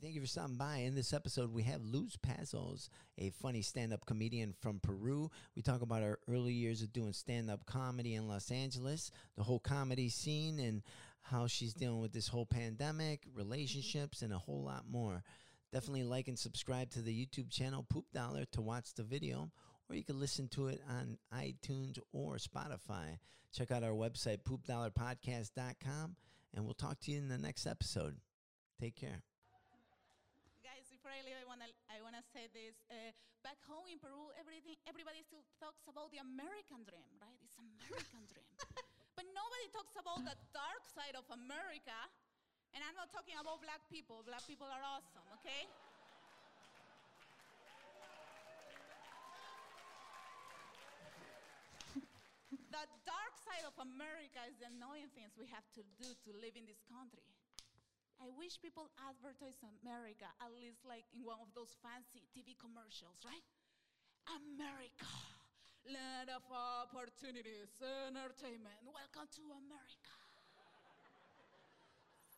thank you for stopping by. In this episode, we have Luz Pazos, a funny stand up comedian from Peru. We talk about our early years of doing stand up comedy in Los Angeles, the whole comedy scene, and how she's dealing with this whole pandemic, relationships, and a whole lot more. Definitely like and subscribe to the YouTube channel Poop Dollar to watch the video, or you can listen to it on iTunes or Spotify. Check out our website, poopdollarpodcast.com, and we'll talk to you in the next episode. Take care. Guys, before I leave, I wanna I wanna say this. Uh, back home in Peru, everything everybody still talks about the American dream, right? It's American dream, but nobody talks about the dark side of America. And I'm not talking about black people. Black people are awesome, okay? the dark side of America is the annoying things we have to do to live in this country. I wish people advertise America, at least like in one of those fancy TV commercials, right? America, land of opportunities, entertainment. Welcome to America.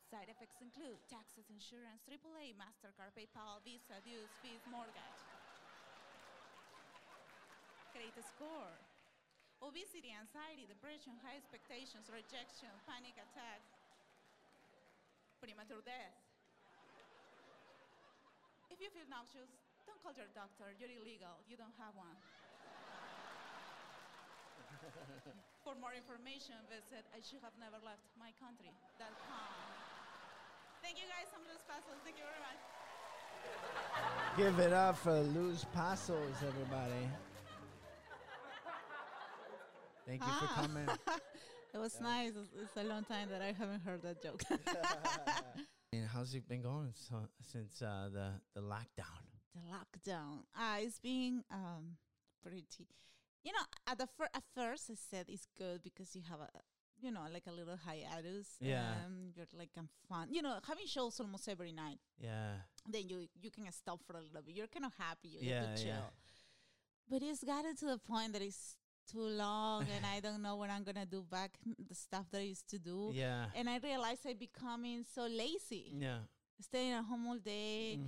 Side effects include taxes, insurance, AAA, MasterCard, PayPal, Visa, dues, fees, mortgage, credit score, obesity, anxiety, depression, high expectations, rejection, panic attacks, premature death. If you feel nauseous, don't call your doctor. You're illegal. You don't have one. For more information, visit I should have never left my country.com. Thank you guys. I'm Luz Pasos. Thank you very much. Give it up for Luz Pasos, everybody. Thank you for Ah. coming. It was nice. It's, it's a long time that I haven't heard that joke. and how's it been going so, since uh, the the lockdown? the lockdown. Uh, it's been um, pretty. You know, at the fir- at first I said it's good because you have a you know like a little hiatus. Yeah. Um, you're like I'm fun. You know, having shows almost every night. Yeah, Then you you can stop for a little bit. You're kind of happy. You Yeah, get to chill. yeah. But it's gotten to the point that it's too long, and I don't know when I'm gonna do back the stuff that I used to do. Yeah. And I realized I'm becoming so lazy yeah, Mm-hmm. staying at home all day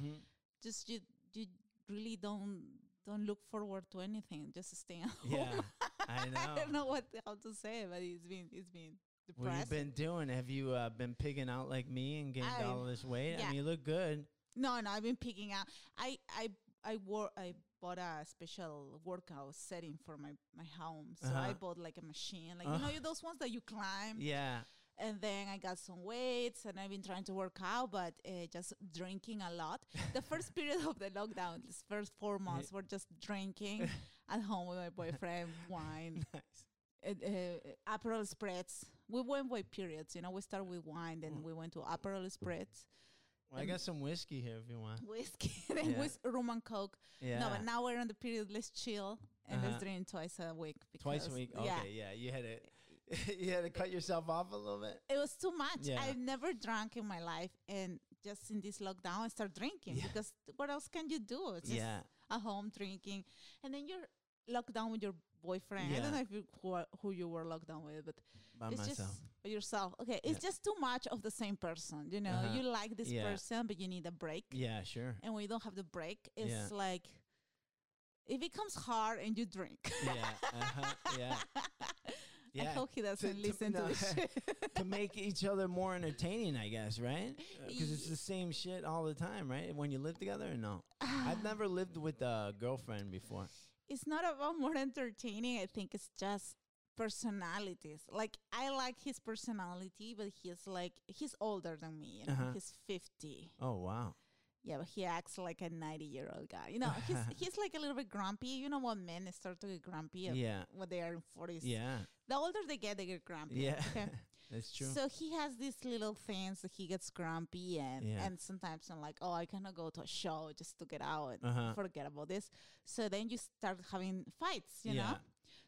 just you you really don't don't look forward to anything just staying at home yeah. I know. i don't know what how to say but it's been it's been What have you depressing been doing? Have you uh, been pigging out like me and gained I- all this weight? I yeah. mean, you look good. no no i've been picking out i i i wore i bought a special workout setting for my my home so i Uh-huh. bought like a machine like you know you those ones that you climb Yeah, and then I got some weights, and I've been trying to work out, but uh, just drinking a lot. The first period of the lockdown, these first four months, were just drinking at home with my boyfriend, wine, nice. uh, uh, Aperol spreads. We went by periods, you know. We started with wine, then we went to Aperol spreads, Well, I got some whiskey here if you want. whiskey, then Yeah. with rum and coke. No, Yeah. but now we're on the period. Let's chill and Uh-huh. let's drink twice a week. Twice a because- week. yeah. Okay, yeah. You had to you had to cut yourself off a little bit. it was too much. Yeah. I've never drunk in my life, and just in this lockdown, I start drinking Yeah. because what else can you do? It's just Yeah. at home drinking, and then you're locked down with your boyfriend. I Yeah. don't know if you who, are- who you were locked down with, but By it's myself. just by yourself. Okay, it's just too much of the same person. You know, Uh-huh. you like this Yeah. person, but you need a break, Yeah, sure. and when you don't have the break, it's Yeah. like it becomes hard, and you drink. yeah, uh-huh, yeah. I hope he doesn't listen to this shit. to make each other more entertaining, I guess, right? Because it's the same shit all the time, right? When you live together, or no. I've never lived with a girlfriend before. Ah, it's not about more entertaining. I think it's just personalities. Like I like his personality, but he's like he's older than me. You know, Uh-huh. he's fifty. Oh wow, Yeah, but he acts like a ninety-year-old guy. You know, he's he's like a little bit grumpy. You know what men start to get grumpy? at- Yeah. when they are in forties. yeah, the older they get, they get grumpy. yeah, Okay. that's true. So he has these little things that he gets grumpy and Yeah. and sometimes I'm like, oh, I cannot go to a show just to get out and Uh-huh. forget about this. So then you start having fights, you Yeah. know.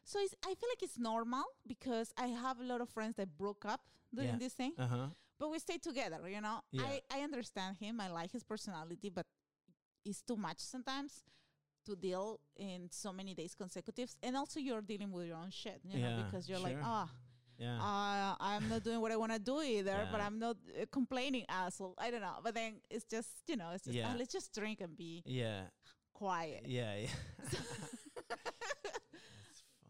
So it's, I feel like it's normal because I have a lot of friends that broke up during Yeah. this thing, uh huh. but we stay together, you know. Yeah. I I understand him. I like his personality, but it's too much sometimes to deal in so many days consecutives and also you're dealing with your own shit you know Yeah, because you're like sure. ah Yeah. uh, I'm not doing what I want to do either, but Yeah. I'm not uh, complaining, asshole. I don't know. But then it's just, you know, it's just, "Ah, Yeah. let's just drink and be yeah. quiet. Yeah. Yeah. That's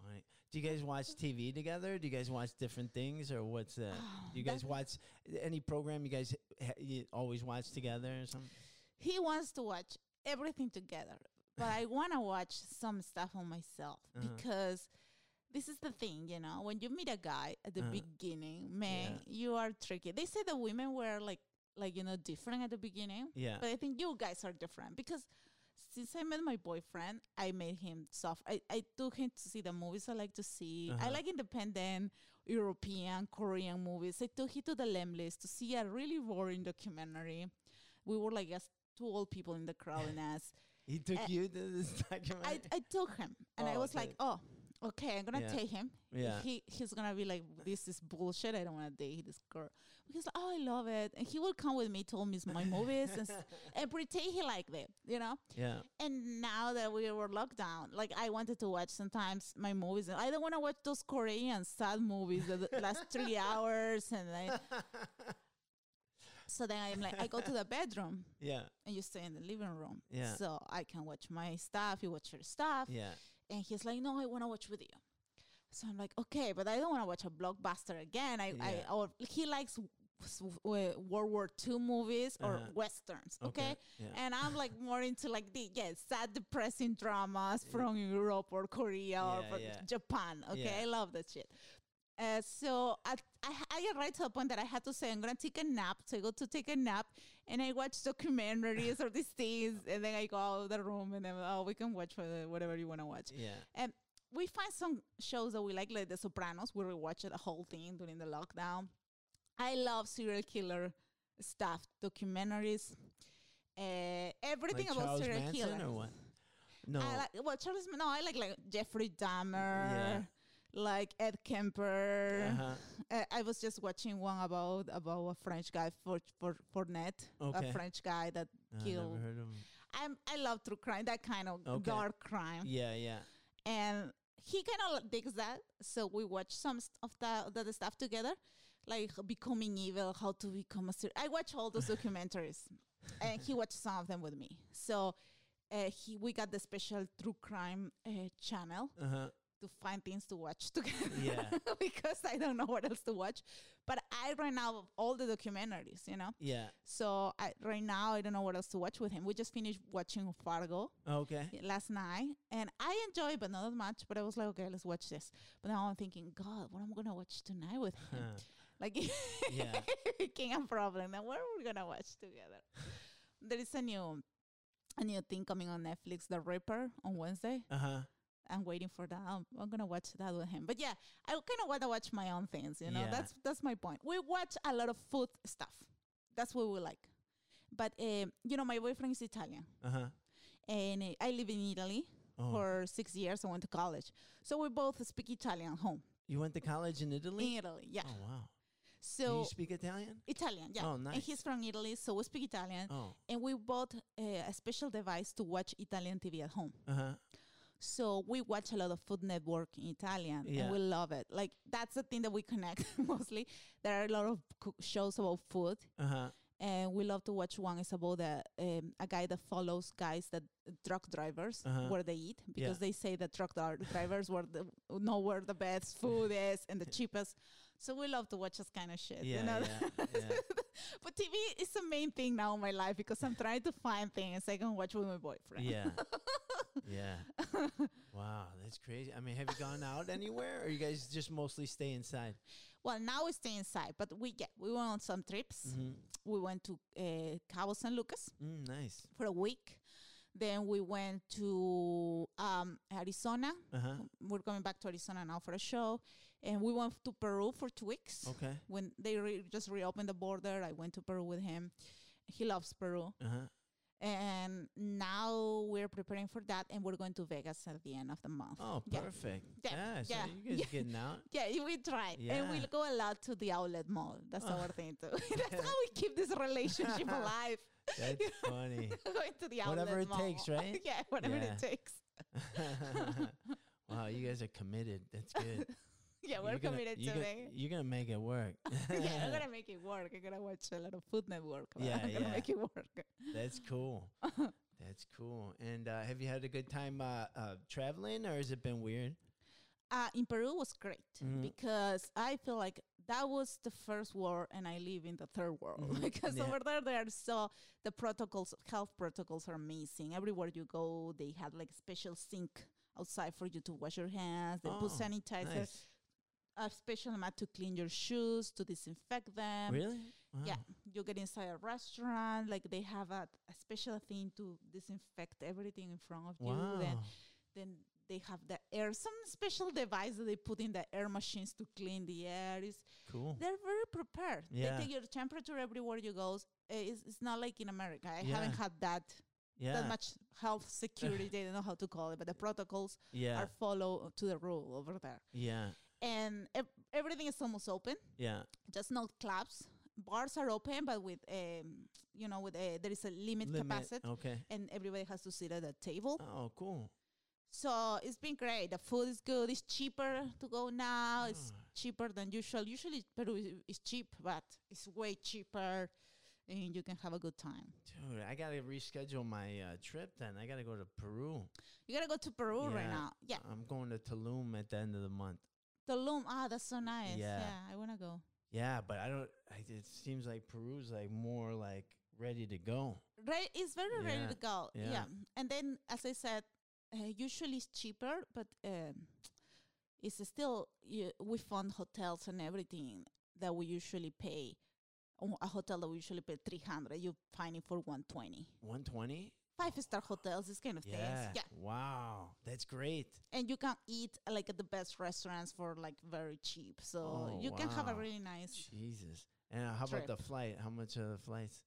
funny. Do you guys watch TV together? Do you guys watch different things, or what's that? Oh, Do you guys watch any program you guys ha- you always watch together or something? He wants to watch everything together, but I want to watch some stuff on myself Uh-huh. because this is the thing, you know, when you meet a guy at the Uh-huh. beginning, man, you are tricky. They say that women were like, like, you know, different at the beginning. Yeah. But I think you guys are different because since I met my boyfriend, I made him soft. I, I took him to see the movies I like to see. I Uh-huh. like independent European, Korean movies. I took him to the Lemlis to see a really boring documentary. We were like just two old people in the crowd and us. He took Uh, you to this I, documentary. I took him and I Oh, was okay. like, oh, okay, I'm gonna Yeah. take him. yeah. He he's gonna be like, this is bullshit. I don't wanna date this girl. He's like, oh, I love it, and he will come with me to all mis- my movies and, s- and pretend he liked it, you know. yeah. And now that we were locked down, like I wanted to watch sometimes my movies. and I don't want to watch those Korean sad movies that the last three hours. And then, so then I'm like, I go to the bedroom Yeah. and you stay in the living room. Yeah. So I can watch my stuff. You watch your stuff. Yeah. And he's like, no, I want to watch with you. So I'm like, okay, but I don't want to watch a blockbuster again. I, Yeah. I or he likes w- s- w- uh, World War II movies or Uh-huh. westerns. okay? Yeah. And I'm like more into like the yeah, sad, depressing dramas from Europe or Korea or Yeah, from yeah. Japan. Okay, Yeah. I love that shit. Uh, so I, I I arrived to a point that I had to say I'm gonna take a nap. So I go to take a nap, and I watch documentaries or these things, and then I go out of the room, and then oh, we can watch whatever whatever you wanna watch. yeah. And we find some shows that we like, like The Sopranos. We rewatched the whole thing during the lockdown. I love serial killer stuff, documentaries, uh, everything Like about Charles serial Manson killer. or what? No. I like well, Charles. No, I like like Jeffrey Dahmer, Yeah. like Ed Kemper. uh-huh. Uh, I was just watching one about about a French guy for for Fournette, Okay. a French guy that No, I killed. never heard of him. I'm I love true crime, that kind of Okay. dark crime Yeah. Yeah. and he kind of digs that. So we watch some st- of the, the, the stuff together, like becoming evil, how to become a serial. I watch all those documentaries, and he watched some of them with me. So uh, he we got the special true crime uh, channel Uh huh. to find things to watch together. Yeah. because I don't know what else to watch, but I ran out of all the documentaries, you know. Yeah. So I, right now I don't know what else to watch with him. We just finished watching Fargo Okay. last night and I enjoy it, but not as much. But I was like, okay, let's watch this. But now I'm thinking, God, what am I gonna watch tonight with him? Huh. Like, Yeah. it became a problem. Then what are we gonna watch together? there is a new, a new thing coming on Netflix, The Ripper, on Wednesday. Uh huh. I'm waiting for that. I'm, I'm gonna watch that with him. But yeah, I kind of want to watch my own things. You know, Yeah. that's that's my point. We watch a lot of food stuff. That's what we like. But um, you know, my boyfriend is Italian, Uh huh. and uh, I live in Italy Oh. for six years. I went to college. So we both speak Italian at home you went to college in Italy? in Italy. Yeah. Oh wow. Do So you speak Italian? Italian. Yeah. Oh, And nice. he's from Italy, so we speak Italian. Oh. And we bought uh, a special device to watch Italian TV at home. Uh huh. So we watch a lot of Food Network in Italian, and Yeah. we love it. Like that's the thing that we connect mostly. There are a lot of cook shows about food, Uh huh. and we love to watch one. It's about a, um, a guy that follows guys that truck drivers Uh-huh. where they eat because they say that truck dri- drivers were the, know where the best food is and the cheapest. So we love to watch this kind of shit. Yeah. you know? yeah. yeah. but TV is the main thing now in my life because I'm trying to find things I can watch with my boyfriend. Yeah. yeah. Wow, that's crazy. I mean, have you gone out anywhere or you guys just mostly stay inside? Well, now we stay inside, but we get we went on some trips. Mm-hmm. We went to uh, Cabo San Lucas Mm, nice. for a week. Then we went to um, Arizona. Uh huh. We're coming back to Arizona now for a show, and we went to Peru for two weeks. Okay. When they re- just reopened the border, I went to Peru with him. He loves Peru, Uh huh. and now we're preparing for that, and we're going to Vegas at the end of the month. Oh, Yeah. perfect. Yeah, Yeah. so yeah, you guys yeah. getting out? Yeah, y- we try. And Yeah. we'll go a lot to the outlet mall. That's Oh. our thing too. That's how we keep this relationship alive. That's funny. Going to the outlet Whatever it mall. takes, right? yeah, whatever Yeah. it takes. wow, you guys are committed. That's good. yeah, we're you're gonna- committed you to gonna- make. You're gonna make it work. yeah, I'm gonna make it work. I'm gonna watch a lot of Food Network. but Yeah, I'm gonna yeah. make it work. That's cool. That's cool. And uh, have you had a good time uh, uh, traveling, or has it been weird? Uh, in Peru was great Mhm. because I feel like that was the first world, and I live in the third world Mhm. because Yeah. over there they are so the protocols, health protocols are amazing. Everywhere you go, they had like special sink outside for you to wash your hands. They put Oh, sanitizer, Nice. a special mat to clean your shoes, to disinfect them. Really? Um, Yeah, Wow. you get inside a restaurant, like they have a, a special thing to disinfect everything in front of you. Then, Wow. then they have the air, some special device that they put in the air machines to clean the air. Is Cool. they're very prepared. Yeah. They take your temperature everywhere you go. Eh, It's, it's not like in America. I Yeah. haven't had that that Yeah. much health security. they don't know how to call it, but the protocols Yeah. are follow to the rule over there. Yeah. And ev- everything is almost open Yeah. just not clubs. Bars are open, but with um, you know, with a, there is a limit, Limit. capacity, Okay. and everybody has to sit at a table. Oh, cool. So it's been great. The food is good. It's cheaper to go now. It's Ah. cheaper than usual. Usually Peru is, is cheap, but it's way cheaper, and you can have a good time. Dude, I gotta reschedule my uh, trip. Then I gotta go to Peru. You gotta go to Peru right Yeah. now. Yeah, I'm going to Tulum at the end of the month. Tulum. Ah, that's so nice. Yeah. yeah I wanna go. Yeah, but I don't. I, it seems like Peru's like more like ready to go. ready, it's very Yeah, ready to go. yeah. Yeah. And then, as I said, uh, usually it's cheaper, but um, it's still, you, we found hotels and everything that we usually pay. Oh, A hotel that we usually pay 300, you find it for 120. 120. Five star hotels, this kind of Yeah. things. Yeah. Wow, that's great. And you can eat uh, like at the best restaurants for like very cheap. So Oh, you can have a wow. really nice. Jesus. And uh, how about the Trip. flight? How much are the flights?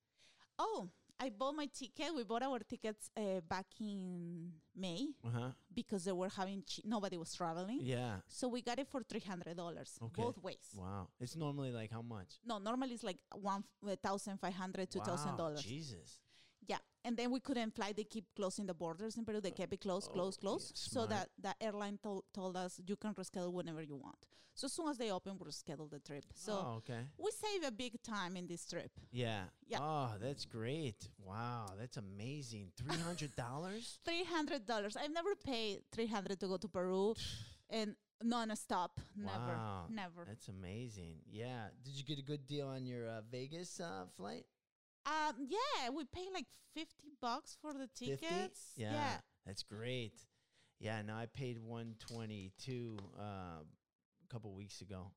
Oh, I bought my ticket. We bought our tickets uh, back in May. Uh huh. because they were having che- nobody was traveling. Yeah. So we got it for three hundred dollars Okay. both ways. Wow. It's normally like how much? No, normally it's like one uh, thousand five hundred to Wow, thousand dollars. Jesus. Yeah, and then we couldn't fly. They keep closing the borders in Peru. They kept it closed, oh, closed, yeah, closed. so smart. that the airline told told us you can reschedule whenever you want. So as soon as they open, we reschedule the trip. So oh, okay. we save a big time in this trip. Yeah. yeah. Oh, that's great. Wow, that's amazing. Three hundred dollars. Three hundred dollars. I've never paid three hundred to go to Peru, and non-stop. Wow. Never, never. That's amazing. Yeah. Did you get a good deal on your uh, Vegas uh, flight? Um, yeah, we pay like fifty bucks for the 50? tickets. Yeah, That's great. Yeah. No, I paid one twenty two uh, a couple weeks ago,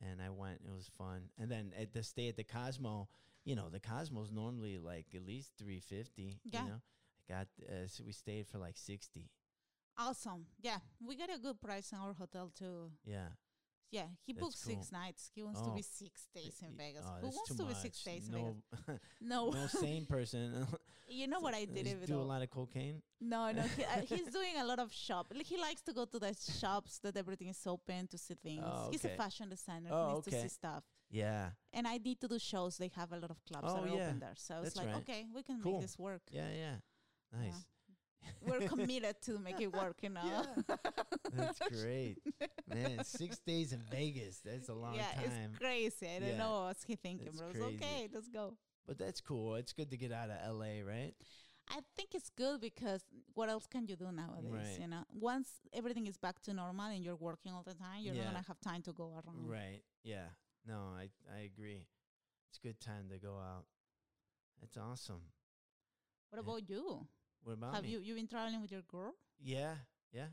and I went. It was fun. And then at the stay at the Cosmo, you know, the Cosmo's normally like at least three fifty. Yeah. You know, I got. Uh, so we stayed for like sixty. awesome. Yeah, we got a good price in our hotel too. Yeah. Yeah, he That's booked six nights. He wants Oh. to be six days in Y- Vegas. oh, Who that's wants too to be much. six days in Vegas? no, No, no Uh, sane person. you know what I did Just it with do a all- lot of cocaine. No, no, he, uh, he's doing a lot of shop. Like he likes to go to the shops that everything is open to see things. Oh, He's a okay. fashion designer. Oh, he needs to okay. see stuff. Yeah. And I need to do shows. They have a lot of clubs Oh, that are yeah. open there. So I was That's like, right. okay, we can Cool. make this work. Yeah. Yeah. Nice. We're committed to make it work, you know. That's great. Man, six days in Vegas. That's a long yeah, time. it's crazy. I don't Yeah. know what's he thinking, It's but it's crazy. okay. Let's go. but that's cool. It's good to get out of LA, right? I think it's good because what else can you do nowadays? Right. You know, once everything is back to normal and you're working all the time, you're Yeah. not gonna have time to go around. Right. Yeah. No, I, I agree. It's a good time to go out. That's awesome. What about you? What about have me? you you been traveling with your girl? Yeah. Yeah.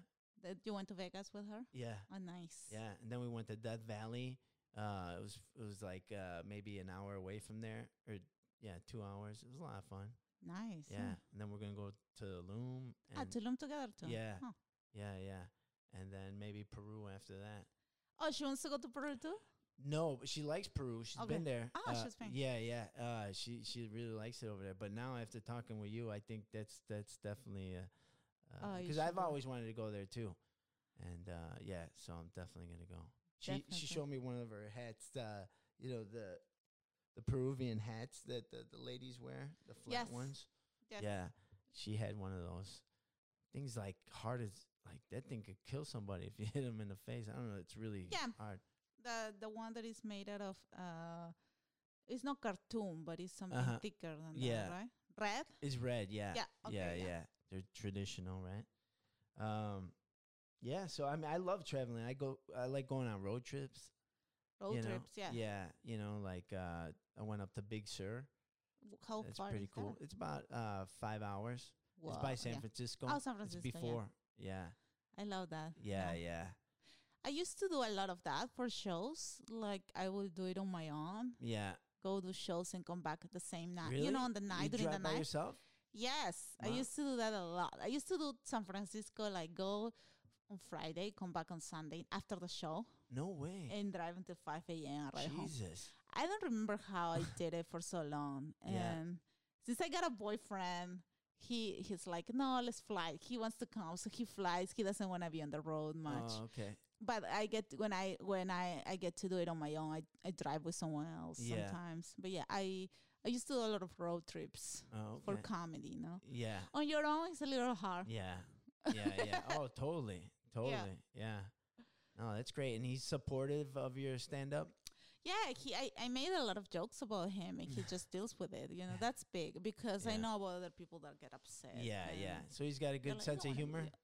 That you went to Vegas with her? Yeah. Oh, nice. Yeah. And then we went to Death Valley. Uh, it was it was like uh, maybe an hour away from there, or yeah, two hours. It was a lot of fun. Nice. Yeah. And then we're gonna go to Tulum. Ah, and- Tulum together too. Yeah. Huh. Yeah, yeah. And then maybe Peru after that. Oh, she wants to go to Peru too. No, but she likes Peru. She's Okay. been there. Ah, Uh, she's been- Yeah, yeah. Uh, she she really likes it over there. But now after talking with you, I think that's that's definitely Oh, you because should I've go. always wanted to go there too. And uh, yeah, so I'm definitely gonna go. She she Definitely. showed me one of her hats. Uh, you know the the Peruvian hats that the, the ladies wear, the flat Yes. ones. Yes. Yeah, she had one of those. things like hard as like that thing could kill somebody if you hit them in the face. I don't know. It's really Yeah. hard. The the one that is made out of uh, it's not cartoon, but it's something Uh-huh. thicker than Yeah. that, right? Red. It's red. Yeah. Yeah, okay, yeah. yeah. Yeah. They're traditional, right? Um, yeah. So I mean, I love traveling. I go. I like going on road trips. Road you know? trips. Yeah. Yeah. You know, like uh, I went up to Big Sur. W- How That's Oh, far pretty is cool. That? It's about uh five hours. it's Wow, by San yeah. Francisco. Oh, San It's Francisco. yeah. before. Yeah. I love that. Yeah. Yeah. I used to do a lot of that for shows. Like I would do it on my own, Yeah. go to shows and come back the same night. Really? You know, on the night you during the drive by night. yourself? Yes, I Wow. used to do that a lot. I used to do San Francisco, like go on Friday, come back on Sunday after the show, No way. and drive until 5 a.m. right home. Jesus. I don't remember how I did it for so long. And Yeah. since I got a boyfriend, he he's like, no, let's fly. He wants to come, so he flies. He doesn't want to be on the road much. Oh, okay. But I get when I when I I get to do it on my own. I I drive with someone else Yeah. sometimes. But yeah, I I used to do a lot of road trips Oh, for okay. comedy. You know, yeah. on your own it's a little hard. Yeah. Yeah. Yeah. oh, totally. Totally. Yeah. No, that's great. And he's supportive of your stand up? Yeah, he I, I made a lot of jokes about him and he just deals with it. You know, that's big because I Yeah. know about other people that get upset. Yeah. and Yeah. So he's got a they're good like, sense "You of don't wanna humor? do that."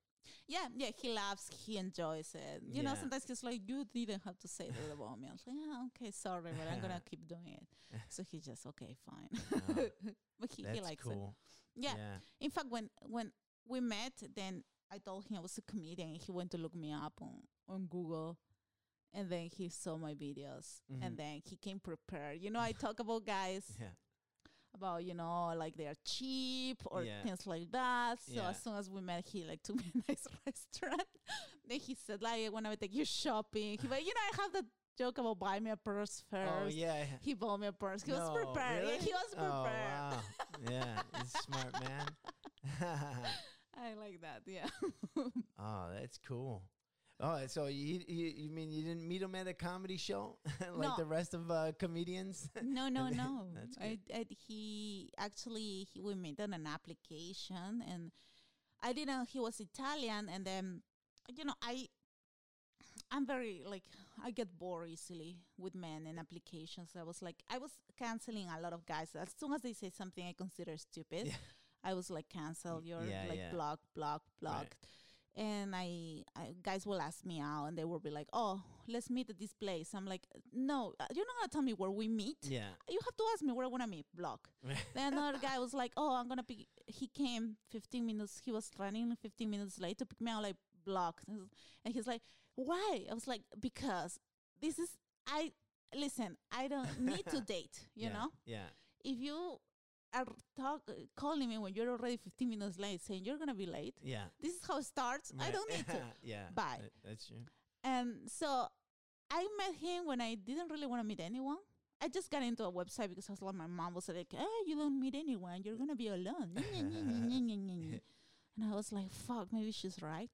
Yeah, yeah, he laughs, he enjoys it. You know, Yeah. sometimes he's like, You didn't have to say that about me. I was like, Yeah, okay, sorry, but I'm gonna keep doing it. So he just okay, fine. Oh, but he, that's he likes it. cool. Yeah. In fact when when we met then I told him I was a comedian. He went to look me up on, on Google and then he saw my videos Mhm. and then he came prepared. You know, I talk about guys Yeah. about, you know, like they are cheap or Yeah. things like that. So Yeah. as soon as we met he like took me a nice restaurant. then he said, like I wanna take you shopping. He but you know, I have the joke about buy me a purse Yeah. first. Oh, yeah. He bought me a purse. He was No, prepared. Yeah, really? he was Oh, prepared. wow. yeah. He's a smart man. I like that, yeah. Oh, that's cool. Oh, so you, you you mean you didn't meet him at a comedy show like No. the rest of uh, comedians? No, no, then- no. that's I, I, he actually he, we made an application, and I didn't. know He was Italian, and then you know I, I'm very like I get bored easily with men and applications. I was like I was canceling a lot of guys as soon as they say something I consider stupid. Yeah. I was like cancel your yeah, like yeah. block, block, block. Right. And I, I guys will ask me out, and they will be like, "Oh, let's meet at this place." I'm like, "No, uh, you're not gonna tell me where we meet." yeah. you have to ask me where I want to meet. Block. Then another guy was like, oh, I'm going to pick. He came 15 minutes. He was running 15 minutes late to pick me out, like, block. And he's like, why? I was like, because this is, I, listen, I don't need to date, you yeah, know? Yeah. If you are talk, calling me when you're already 15 minutes late saying you're going to be late, Yeah. this is how it starts. I right. don't need to. yeah. Bye. that- that's true. And Um, so I met him when I didn't really want to meet anyone. I just got into a website because I was like, my mom was like, oh, you don't meet anyone. You're going to be alone. and I was like, fuck, maybe she's right.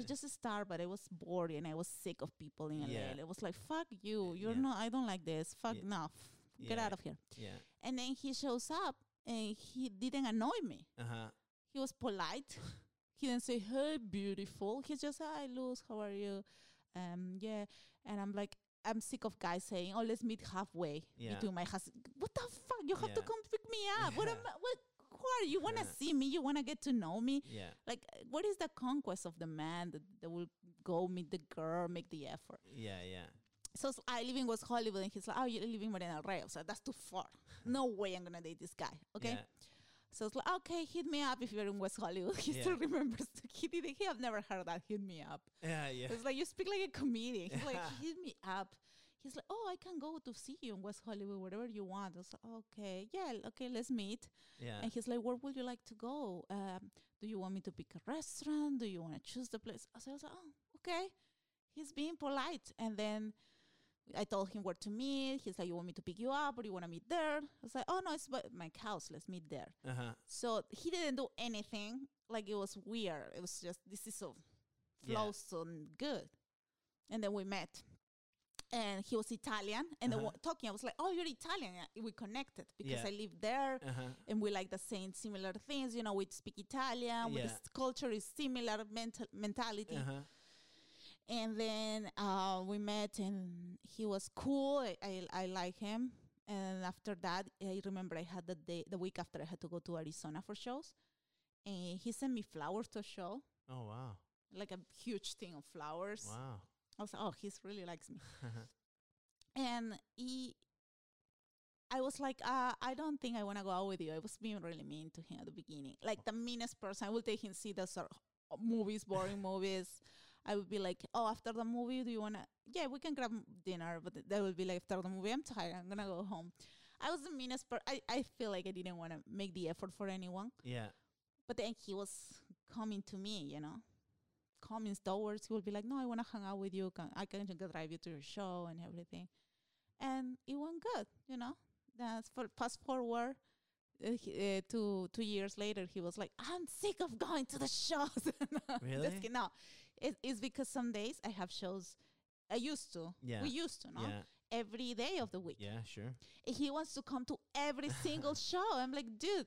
it just start, but I was bored and I was sick of people in LA. Yeah. Uh, It was like, fuck you. You're Yeah. not, I don't like this. Fuck, Yeah. no. Get Yeah. out of here. Yeah. And then he shows up and he didn't annoy me. Uh huh. He was polite. he didn't say, "Hey, beautiful." He just, "Hi, Luz. How are you?" Um, yeah. And I'm like, I'm sick of guys saying, "Oh, let's meet halfway." Yeah. Between my husband, what the fuck? You have to Yeah. come pick me up. What am I? What? Who are you? Want to Yeah. see me? You want to get to know me? Yeah. Like, uh, what is the conquest of the man that, that will go meet the girl, make the effort? Yeah. Yeah. So s- I live in West Hollywood, and he's like, "Oh, you're living in Marina del Rey." I was like, "That's too far. No way I'm gonna date this guy." Okay. Yeah. So it's like, okay, hit me up if you're in West Hollywood. He Yeah. still remembers. He did. He have never heard that. Hit me up. Yeah. Yeah. It's like you speak like a comedian. He's like, hit me up. He's like, oh, I can go to see you in West Hollywood, whatever you want. I was like, okay, yeah, l- okay, let's meet. Yeah. And he's like, where would you like to go? Um, do you want me to pick a restaurant? Do you want to choose the place? So I was like, oh, okay. He's being polite. And then I told him where to meet. He's like, you want me to pick you up or you want to meet there? I was like, oh, no, it's by my house. Let's meet there. Uh huh. So he didn't do anything. Like it was weird. It was just this is so Yeah. flows so good. And then we met. and he was Italian. And Uh-huh. the one talking, I was like, "Oh, you're Italian." Uh, We connected because Yeah. I live there, Uh-huh. and we like the same similar things. You know, we speak Italian. Yeah. Yeah. This culture is similar mental mentality. Uh-huh. And then uh, we met, and he was cool. I, I I like him. And after that, I remember I had the day the week after I had to go to Arizona for shows, and he sent me flowers to a show, Oh wow. like a huge thing of flowers. Wow. Uh-huh. I was like, oh, he's really likes me. and he, I was like, uh, I don't think I want to go out with you. I was being really mean to him at the beginning, like the meanest person. I would take him see the sort of movies, boring movies. I would be like, oh, after the movie, do you want to? Yeah, we can grab m- dinner, but th- that would be like after the movie. I'm tired. I'm gonna go home. I was the meanest person. I, I feel like I didn't want to make the effort for anyone. Yeah. But then he was coming to me, you know, coming towards. He would be like, "No, I want to hang out with you. Can, I can ju- drive you to your show and everything." And it went good, you know. That's for fast forward uh, he, uh, to two years later. He was like, "I'm sick of going to the shows." No, just Really? kid- No, it, it's because some days I have shows. I used to. Yeah. We used to, no? Yeah. Every day of the week Yeah. Sure. he wants to come to every single show. I'm like, dude,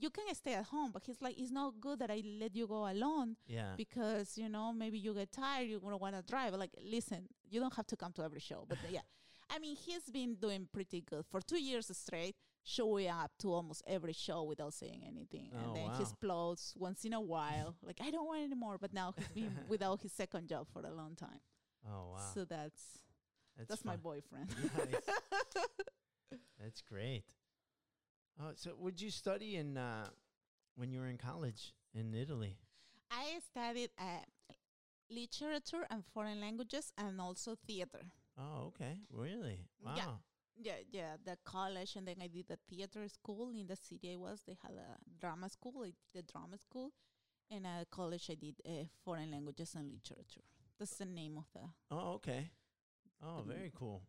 you can stay at home. But he's like, it's not good that I let you go alone Yeah. because, you know, maybe you get tired, you don't want to drive. Like, listen, you don't have to come to every show. But yeah, I mean, he's been doing pretty good for two years straight, showing up to almost every show without saying anything. Oh, and then he wow. explodes once in a while. like, I don't want anymore. But now he's been without his second job for a long time. oh wow. So that's. That's, my fun. boyfriend. Nice. That's great. Oh, so would you study in uh, when you were in college in Italy? I studied uh, literature and foreign languages and also theater. Oh, okay. Really? Wow. Yeah. Yeah, yeah, the college, and then I did the theater school in the city I was. They had a drama school, I did the drama school, and at college I did uh, foreign languages and literature. That's the name of the. Oh, okay. Oh, Um, very cool.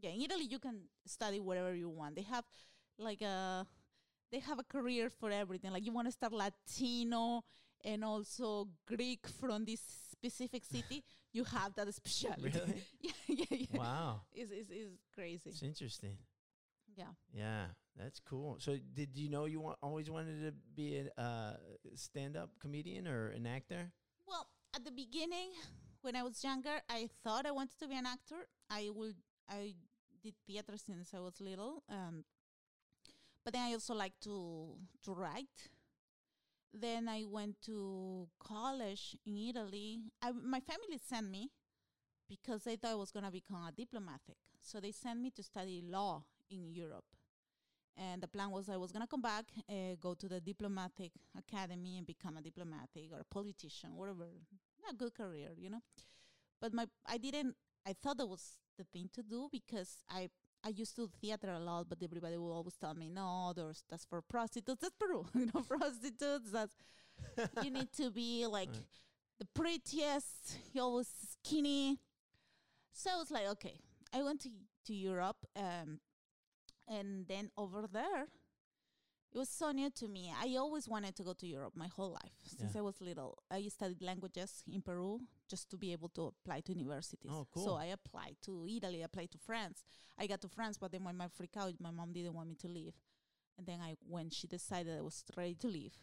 Yeah, in Italy you can study whatever you want. They have like a they have a career for everything. Like you want to start Latino and also Greek from this specific city, you have that specialty. Really? yeah, yeah, yeah. wow. It's, it's, it's crazy. It's interesting. Yeah. Yeah, that's cool. So, did you know you wa- always wanted to be a uh, stand-up comedian or an actor? Well, at the beginning, when I was younger, I thought I wanted to be an actor. I would. I did theater since I was little, um, but then I also like to to write. Then I went to college in Italy. I, my family sent me because they thought I was going to become a diplomatic. So they sent me to study law in Europe. And the plan was I was going to come back, uh, go to the diplomatic academy and become a diplomatic or a politician, whatever. A good career, you know. But my I didn't I thought that was the thing to do because I I used to do theater a lot, but everybody will always tell me, no, there's, that's for prostitutes. That's Peru, you know, prostitutes. That's you need to be like Right. the prettiest. You're always skinny. So I was like, okay. I went to to Europe, um, and then over there, it was so new to me. I always wanted to go to Europe my whole life since Yeah. I was little. I studied languages in Peru just to be able to apply to universities. Oh, So cool. I applied to Italy, I applied to France. I got to France, but then my mom freaked out. My mom didn't want me to leave. And then I, when she decided I was ready to leave,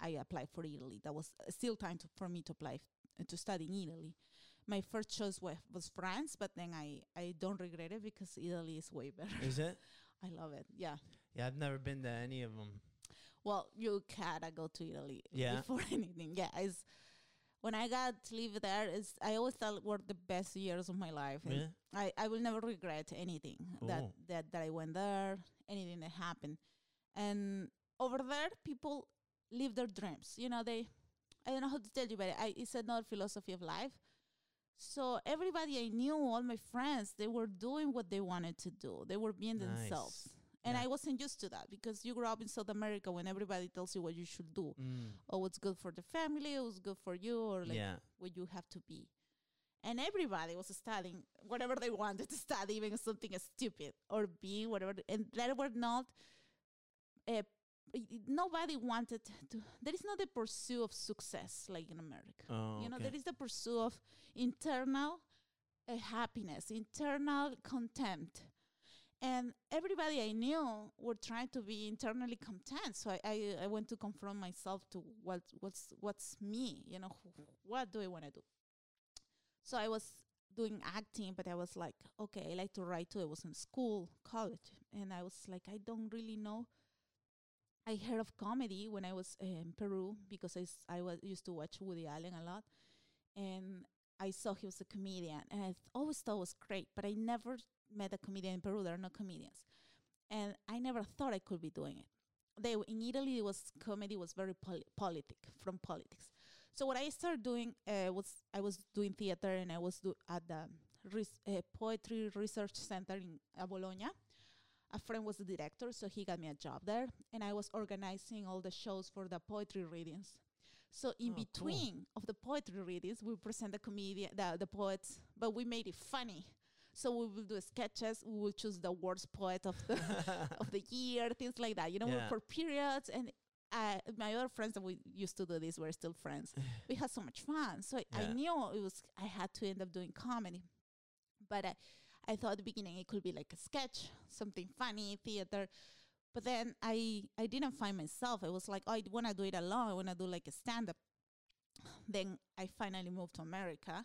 I applied for Italy. That was uh, still time to, for me to apply f- uh, to study in Italy. My first choice was, was France, but then I, I don't regret it because Italy is way better. Is it? I love it. Yeah. Yeah, I've never been to any of them. Well, you gotta go to Italy Yeah. before anything. Yeah, it's when I got to live there. Is I always thought were the best years of my life. and Really? I I will never regret anything that, Cool. that that I went there. Anything that happened, and over there, people live their dreams. You know, they I don't know how to tell you, but I, it's another philosophy of life. So everybody I knew, all my friends, they were doing what they wanted to do. They were being Nice. themselves. And Yeah. I wasn't used to that because you grew up in South America when everybody tells you what you should do, Mm. or what's good for the family, or what's good for you, or like yeah. what you have to be. And everybody was studying whatever they wanted to study, even something stupid or being whatever. th- And there were not, uh, i- i- nobody wanted to, there is not the pursuit of success like in America. Oh, You know, okay. there is the pursuit of internal a happiness, internal contempt. And everybody I knew were trying to be internally content. So I, I, I went to confront myself to what, what's, what's me, you know, wh- what do I want to do? So I was doing acting, but I was like, okay, I like to write too. I was in school, college, and I was like, I don't really know. I heard of comedy when I was uh, in Peru because I, s- I was used to watch Woody Allen a lot, and I saw he was a comedian, and I th- always thought it was great, but I never met a comedian in Peru. There are no comedians, and I never thought I could be doing it. They w- in Italy it was comedy was very poli- politic from politics. So what I started doing uh, was I was doing theater and I was do at the res- uh, poetry research center in uh, Bologna. A friend was the director, so he got me a job there, and I was organizing all the shows for the poetry readings. So in Oh, cool. between of the poetry readings, we present the comedian, the, the poets, but we made it funny. So we will do sketches. We will choose the worst poet of the of the year, things like that. You know, Yeah. for periods and uh, my other friends that we used to do this were still friends. we had so much fun, so I, I Yeah. knew it was I had to end up doing comedy, but I, I thought at the beginning it could be like a sketch, something funny, theater. But then I I didn't find myself. I was like, oh, I want to do it alone. I want to do like a stand up. Then I finally moved to America,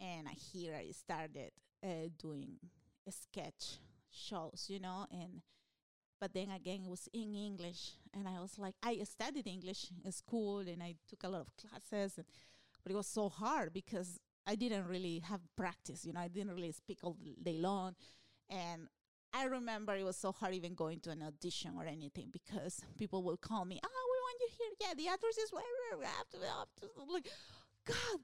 and I- here I started uh, doing sketch shows, you know, and but then again it was in English, and I was like, I studied English in school, and I took a lot of classes, and, but it was so hard because I didn't really have practice, you know, I didn't really speak all d- day long, and I remember it was so hard even going to an audition or anything because people will call me, oh, we want you here, yeah, the actress is where we have to, we have to, I'm like, God.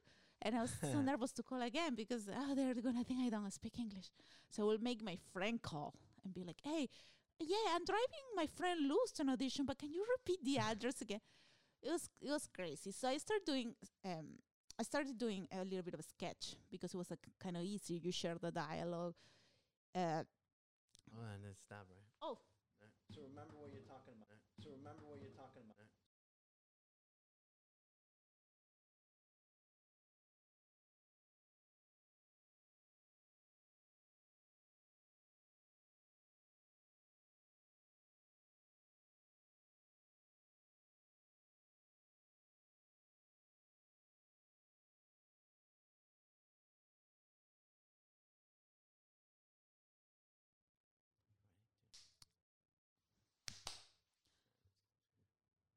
And I was so nervous to call again because oh, they're gonna think I don't speak English. So I will make my friend call and be like, hey, yeah, I'm driving my friend Luz to an audition, but can you repeat the address again? It was it was crazy. So I started doing um I started doing a little bit of sketch because it was like kind of easy. You share the dialogue. Uh, Hold on, let's stop right. oh, So remember what you're talking about. So remember what you're talking about.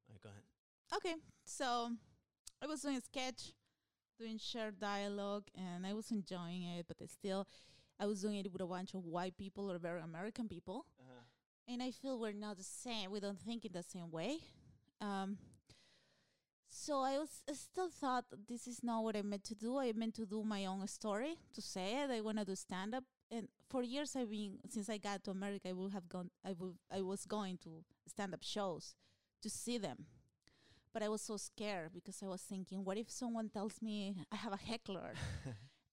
All right, go ahead. okay. So I was doing sketch, doing shared dialogue, and I was enjoying it, but I still I was doing it with a bunch of white people or very American people. Uh-huh. and I feel we're not the same. We don't think in the same way. Um, so I was I still thought this is not what I meant to do. I meant to do my own story to say it. I want to do stand up. And for years I've been since I got to America, I would have gone. I would I was going to stand up shows to see them, but I was so scared because I was thinking, what if someone tells me I have a heckler?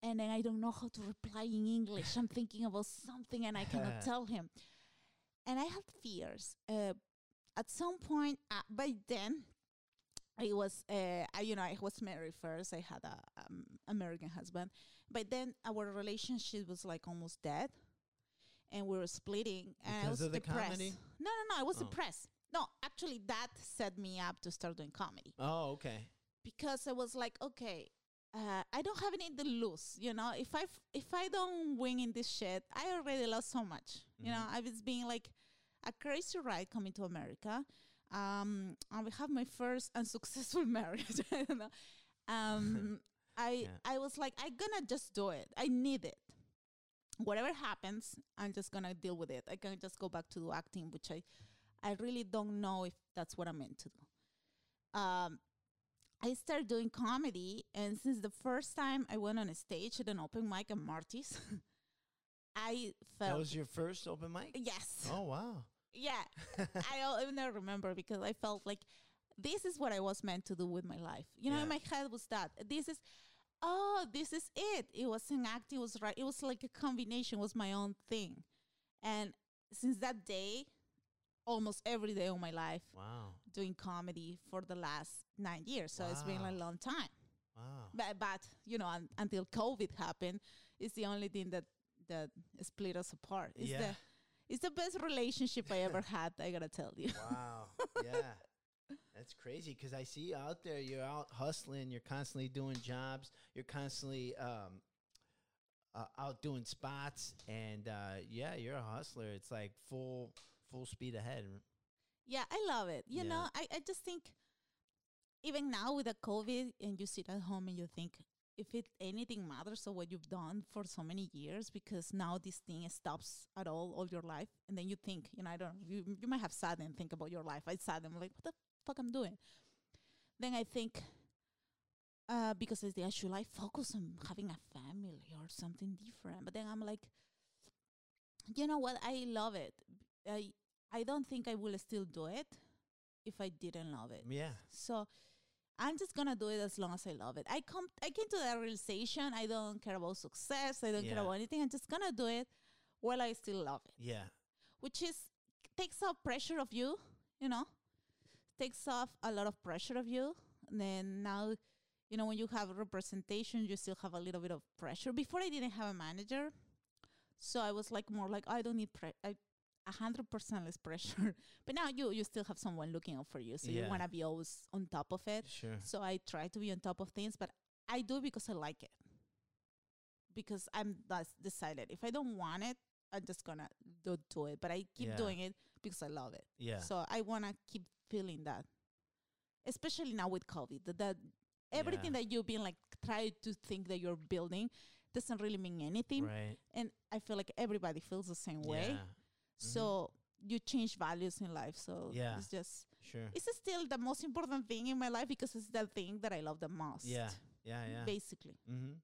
and then I don't know how to reply in English. I'm thinking about something and I cannot tell him. And I had fears. Uh, at some point, uh, by then, I was, uh, I, you know, I was married first. I had a um, American husband. But then our relationship was like almost dead, and we were splitting. and I Because was of the depressed. comedy? No, no, no. I was Oh. depressed. No, actually, that set me up to start doing comedy Oh, okay. because I was like, okay, uh, I don't have anything to lose. You know, if I f- if I don't win in this shit, I already lost so much. You know, I was being like a crazy ride coming to America. Um, I will have my first unsuccessful marriage. I don't know. Um, I Yeah. I was like, I'm gonna just do it. I need it. Whatever happens, I'm just gonna deal with it. I can just go back to do acting, which I I really don't know if that's what I meant to do. Um, I started doing comedy, and since the first time I went on a stage at an open mic at Marty's, I felt That was your first open mic? yes, Oh, wow. yeah. I al- I never remember because I felt like this is what I was meant to do with my life. You know, in Yeah. my head was that this is. Oh, this is it. It wasn't acting. It was right. It was like a combination. It was my own thing, and since that day, almost every day of my life, Wow. doing comedy for the last nine years. So it's been a Wow. long time. Wow. But, but you know, un- until COVID happened, it's the only thing that that split us apart. It's Yeah. the it's the best relationship I ever had. I gotta tell you. Wow. yeah. That's crazy because I see you out there, you're out hustling, you're constantly doing jobs, you're constantly um, uh, out doing spots, and uh, yeah, you're a hustler. It's like full full speed ahead. Yeah, I love it. You Yeah. know, I, I just think even now with the COVID and you sit at home and you think if it anything matters of what you've done for so many years because now this thing stops at all all your life and then you think, you know, I don't you, you might have sat and think about your life. I sat and I'm like, what the fuck I'm doing? Then I think uh, because I say, should I focus on having a family or something different? But then I'm like, you know what? I love it. I I don't think I will still do it if I didn't love it. Yeah. So I'm just gonna do it as long as I love it. I come I came to that realization. I don't care about success. I don't Yeah. care about anything. I'm just gonna do it while I still love it. Yeah. Which is takes off pressure of you, you know. Takes off a lot of pressure of you. And then now, you know, when you have representation, you still have a little bit of pressure. Before I didn't have a manager. So I was like more like I don't need pre- I a hundred percent less pressure. but now you you still have someone looking out for you. So Yeah. you wanna be always on top of it. Sure. So I try to be on top of things, but I do because I like it. Because I'm that's decided. If I don't want it, I'm just gonna do do it. But I keep Yeah. doing it because I love it. Yeah. So I wanna keep feeling that. Especially now with COVID. That, that everything Yeah. that you've been like try to think that you're building doesn't really mean anything. right. And I feel like everybody feels the same way. Yeah. Mm-hmm. So you change values in life. So Yeah. it's just Sure. it's still the most important thing in my life because it's the thing that I love the most. Yeah. Yeah. Yeah. Basically. Mm-hmm.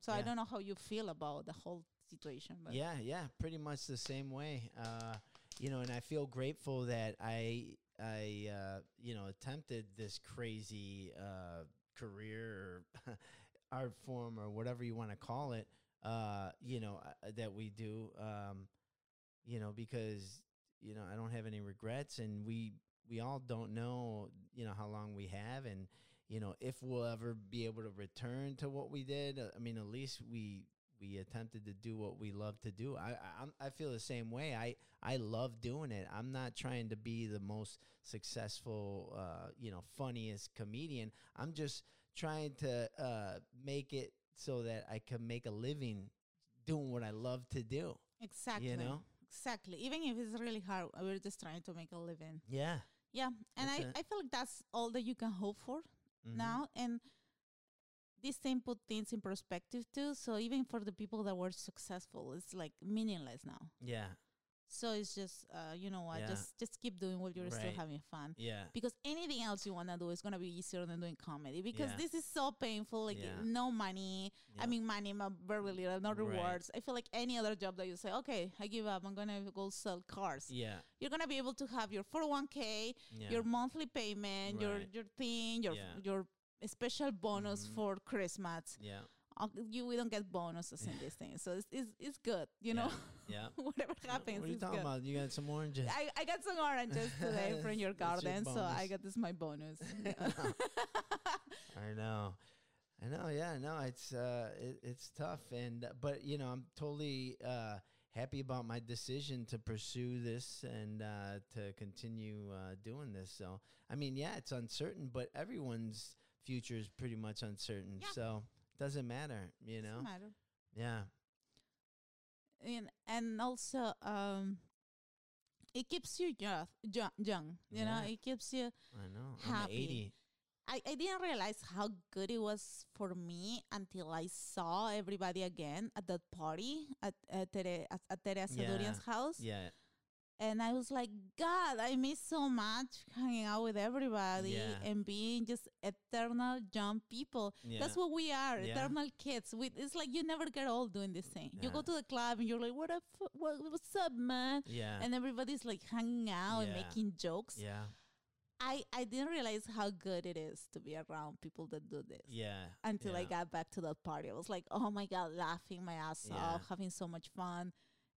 So I Yeah. don't know how you feel about the whole situation. But Yeah, yeah, pretty much the same way. Uh, you know, and I feel grateful that I I uh, you know attempted this crazy uh, career or art form or whatever you want to call it. Uh, you know uh, that we do. Um, you know because you know I don't have any regrets, and we we all don't know you know how long we have and. You know, if we'll ever be able to return to what we did, Uh, I mean, at least we we attempted to do what we love to do. I I, I'm, I feel the same way. I I love doing it. I'm not trying to be the most successful, uh, you know, funniest comedian. I'm just trying to uh, make it so that I can make a living doing what I love to do. exactly. You know? Exactly. Even if it's really hard, uh, we're just trying to make a living. Yeah. Yeah. And I, That's it. I feel like that's all that you can hope for Mhm. now. And this thing put things in perspective too. So even for the people that were successful, it's like meaningless now. Yeah. So it's just uh, you know what, Yeah. just just keep doing what you're still Right. having fun. Yeah. Because anything else you wanna do is gonna be easier than doing comedy because Yeah. this is so painful. Like Yeah. no money. Yeah. I mean money, but very little, no Right. rewards. I feel like any other job that you say, okay, I give up. I'm gonna go sell cars. Yeah. You're gonna be able to have your 401k, Yeah. your monthly payment, your Right. your thing, your Yeah. your special bonus Mhm. for Christmas. yeah. Uh, You we don't get bonuses in these things, so it's it's, it's good. You Yeah. know, Yeah. whatever happens, What are you it's talking good. about? You got some oranges. I, I got some oranges today from your That's your garden, so I bonus. got this is my bonus. I know. I know. Yeah. No, it's uh, it, it's tough, and uh, but you know, I'm totally uh, happy about my decision to pursue this and uh, to continue uh, doing this. So, I mean, yeah, it's uncertain, but everyone's future is pretty much uncertain. Yeah. So, doesn't matter, you know. Doesn't matter. Yeah. And, and also, um, it keeps you young, young, young you Yeah. know, it keeps you. I know. I'm Happy. 80. I, I didn't realize how good it was for me until I saw everybody again at that party at at Tere, at, at Tere Sadurian's house. Yeah. And I was like, God, I miss so much hanging out with everybody Yeah. and being just eternal young people. Yeah. That's what we are, Yeah. eternal kids. We, it's like you never get old doing this thing. You go Yeah. to the club and you're like, "What up? What, what's up, man?" yeah. And everybody's like hanging out and Yeah. making jokes. yeah. I I didn't realize how good it is to be around people that do this Yeah. until I yeah. got back to that party. I was like, "Oh my god, laughing my ass off, Yeah. having so much fun."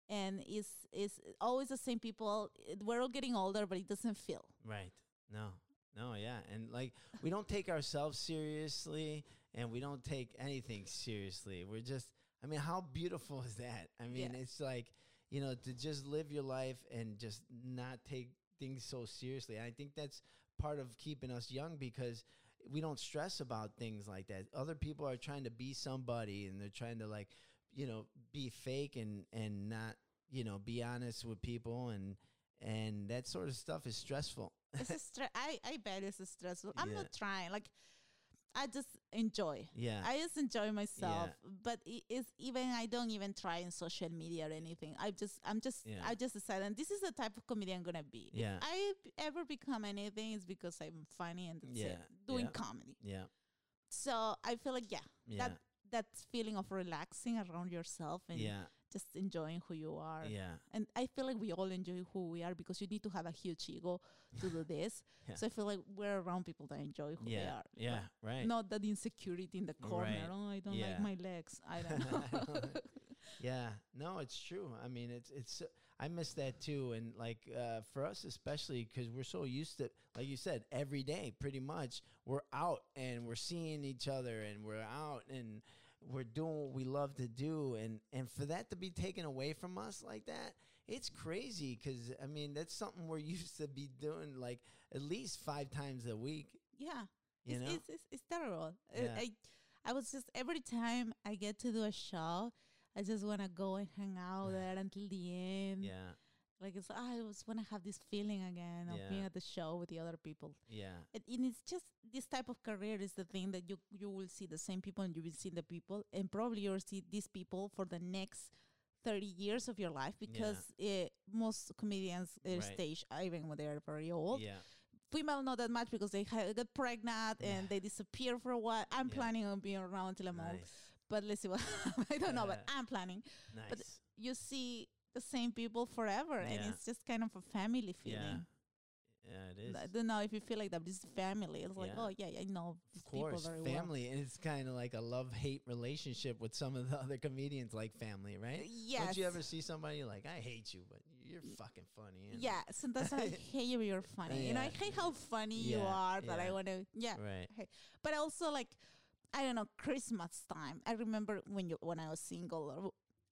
And it's it's always the same people. It- We're all getting older, but it doesn't feel. Right. No. No, yeah, and like we don't take ourselves seriously, and we don't take anything seriously. We're just, I mean, how beautiful is that? I mean, it's like you know to just live your life and just not take things so seriously. And I think that's part of keeping us young because we don't stress about things like that. Other people are trying to be somebody, and they're trying to like, you know, be fake and and not, you know, be honest with people and. And that sort of stuff is stressful. It's a stre- I, I bet it's a stressful. I'm Yeah. not trying. Like, I just enjoy. Yeah. I just enjoy myself. But it is even I don't even try in social media or anything. I just I'm just Yeah. I just decided this is the type of comedian I'm gonna be. Yeah. If I b- ever become anything, it's because I'm funny and that's it, Yeah, doing yeah. comedy. yeah. So I feel like yeah, Yeah. that that feeling of relaxing around yourself and yeah. just enjoying who you are. Yeah. And I feel like we all enjoy who we are because you need to have a huge ego to do this. Yeah. So I feel like we're around people that enjoy who they Yeah. are. Yeah. Right. Not that insecurity in the corner. Right. Oh, I don't Yeah. like my legs. I don't know. Yeah. No, it's true. I mean, it's it's. I miss that too, and like uh, for us especially because we're so used to, like you said, every day pretty much we're out and we're seeing each other and we're out and we're doing what we love to do, and and for that to be taken away from us like that, it's crazy. Because I mean, that's something we're used to be doing like at least five times a week. yeah. You it's, know? it's, it's, it's terrible. Uh, Yeah. I, I was just, every time I get to do a show, I just want to go and hang out there until the end. Yeah. Like, it's, "Ah, I just want to have this feeling again of Yeah. being at the show with the other people. Yeah. And, and it's just this type of career is the thing that you you will see the same people and you will see the people and probably you'll see these people for the next 30 years of your life because uh, most comedians uh, Right. stage uh, even when they are very old Yeah. female not that much because they ha- get pregnant and they disappear for a while i'm Yeah. planning on being around till i'm old Nice. but let's see what i don't know but Yeah. i'm planning Nice. but you see the same people forever and Yeah. it's just kind of a family yeah. feeling Yeah. It is. I don't know if you feel like that, but it's family. It's like, Yeah. oh yeah, yeah, I know these of course, people very family, and it's kind of like a love-hate relationship with some of the other comedians, like family, well. right? Yes. Don't you ever see somebody you're like, I hate you, but you're fucking funny. you know?" yeah. Sometimes I hate you, you're funny. You know, I Yeah. hate how funny you Yeah, are that I yeah. want to. Yeah. Right. But also like, I don't know, Christmas time. I remember when you when I was single, or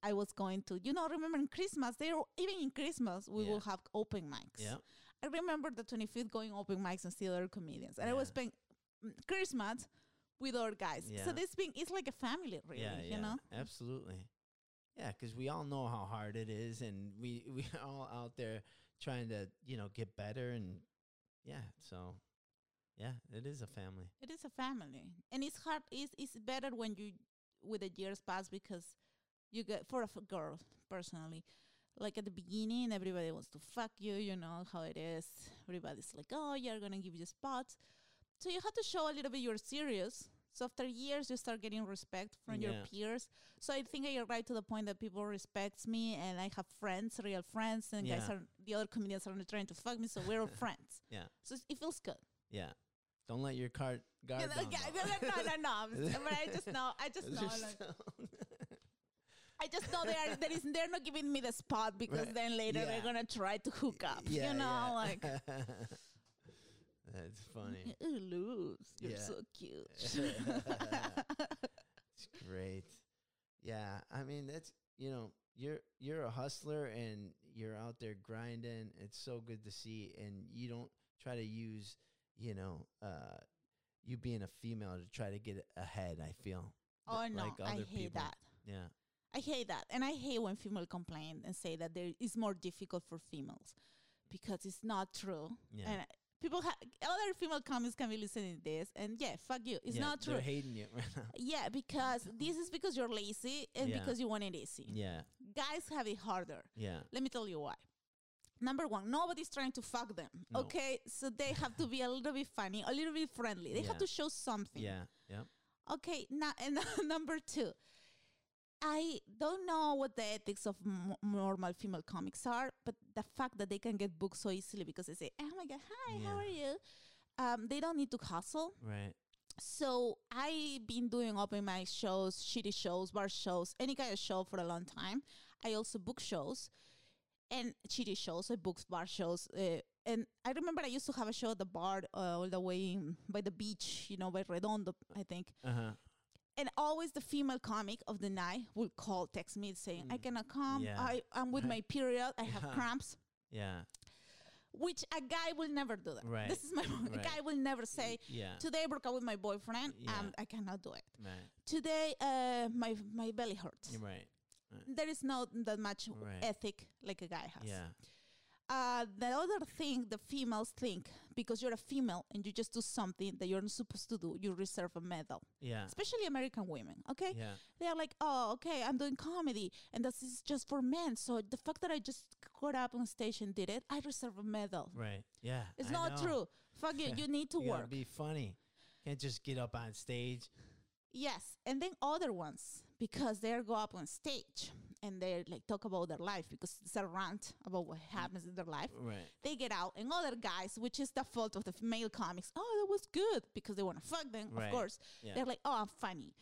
I was going to. You know, remember in Christmas, they were- even in Christmas we Yeah. will have open mics. Yeah. I remember the 25th going open mics and see other comedians, and I Yeah. was spend mm, Christmas with other guys. So Yeah. this being it's like a family, really. yeah. you yeah. know. Absolutely. Yeah, because we all know how hard it is, and we we are all out there trying to you know get better, and yeah, so yeah, it is a family. It is a family, and it's hard. It's, it's better when you, with the years pass, because you get for a f- girl personally, like at the beginning, everybody wants to fuck you. You know how it is. Everybody's like, "Oh, you're gonna give you spots," so you have to show a little bit you're serious. So after years, you start getting respect from your Yeah. peers. So I think you're right to the point that people respect me, and I have friends, real friends, and guys Yeah. are the other comedians are not trying to fuck me, so we're all friends. Yeah. so it's- it feels good. Yeah, don't let your card guard Yeah, down. yeah, though. no, no, no, no. I'm s- But I just know. I just know. Just- like, I just know they are. There is. They're not giving me the spot because Right. then later they're Yeah. gonna try to hook up. Yeah, you know, yeah. like that's funny. "Ooh, Luz, you're Yeah. so cute. It's great. Yeah, I mean that's you know you're you're a hustler and you're out there grinding. It's so good to see, and you don't try to use you know uh, you being a female to try to get ahead. I feel. oh th- no, like I other hate people. that. Yeah. I hate that, and I hate when female complain and say that there is more difficult for females because it's not true. Yeah. And I- people, ha- other female comments can be listening to this, and yeah, fuck you. It's yeah, not true. They're hating you right now. Yeah, because this is because you're lazy and Yeah. because you want it easy. Yeah. Guys have it harder. Yeah. Let me tell you why. Number one, nobody's trying to fuck them. No. Okay, so they have to be a little bit funny, a little bit friendly. They have Yeah. to show something. Yeah. Yep. Okay, now and number two, I don't know what the ethics of m- normal female comics are, but the fact that they can get booked so easily because they say, "Oh my god, hi, how Yeah. are you?" Um, they don't need to hustle. Right. So I've been doing open mic shows, shitty shows, bar shows, any kind of show for a long time. I also book shows and shitty shows. I booked bar shows, uh, and I remember I used to have a show at the bar uh, all the way in, by the beach, you know, by Redondo, I think. Uh huh. And always the female comic of the night would call, text me saying, "I cannot come. Mm. Yeah. I I'm with my period. I have Yeah. cramps." Yeah. Which a guy will never do that. Right. This is my point. Right. a guy will never say, Yeah. "Today I broke up with my boyfriend. Yeah. and I cannot do it. Right. Today uh, my my belly hurts." You're right. There is not that much Right. ethic like a guy has. Yeah. uh, the other thing the females think because you're a female and you just do something that you're not supposed to do, you reserve a medal. Yeah. Especially American women, okay? Ah. Yeah. They are like, oh, okay, I'm doing comedy and this is just for men. So the fact that I just got up on stage and did it, I reserve a medal. Right. Yeah. It's I not know. true. Fuck you, you need to You gotta work. Be funny. Can't just get up on stage. Yes, and then other ones because they go up on stage and they like talk about their life because it's a rant about what Mm. happens in their life. Right. they get out and other guys which is the fault of the male comics oh that was good because they want to fuck them Right. of course Yeah. they're like oh i'm funny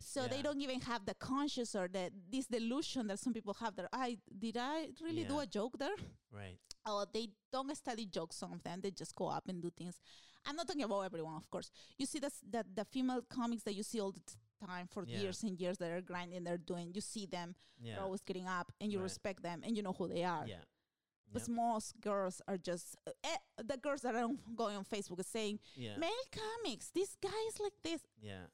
so Yeah. they don't even have the conscious or the this delusion that some people have that i did i really do Yeah. a joke there Right. oh they don't study jokes some of them they just go up and do things i'm not talking about everyone of course you see this that the female comics that you see all the t- time for Yeah. years and years that are grinding they're doing you see them Yeah. they're always getting up and you Right. respect them and you know who they are Yeah. but Yep. most girls are just uh, eh, the girls that are on, going on Facebook is saying Yeah. male comics. This guy is like this. Yeah.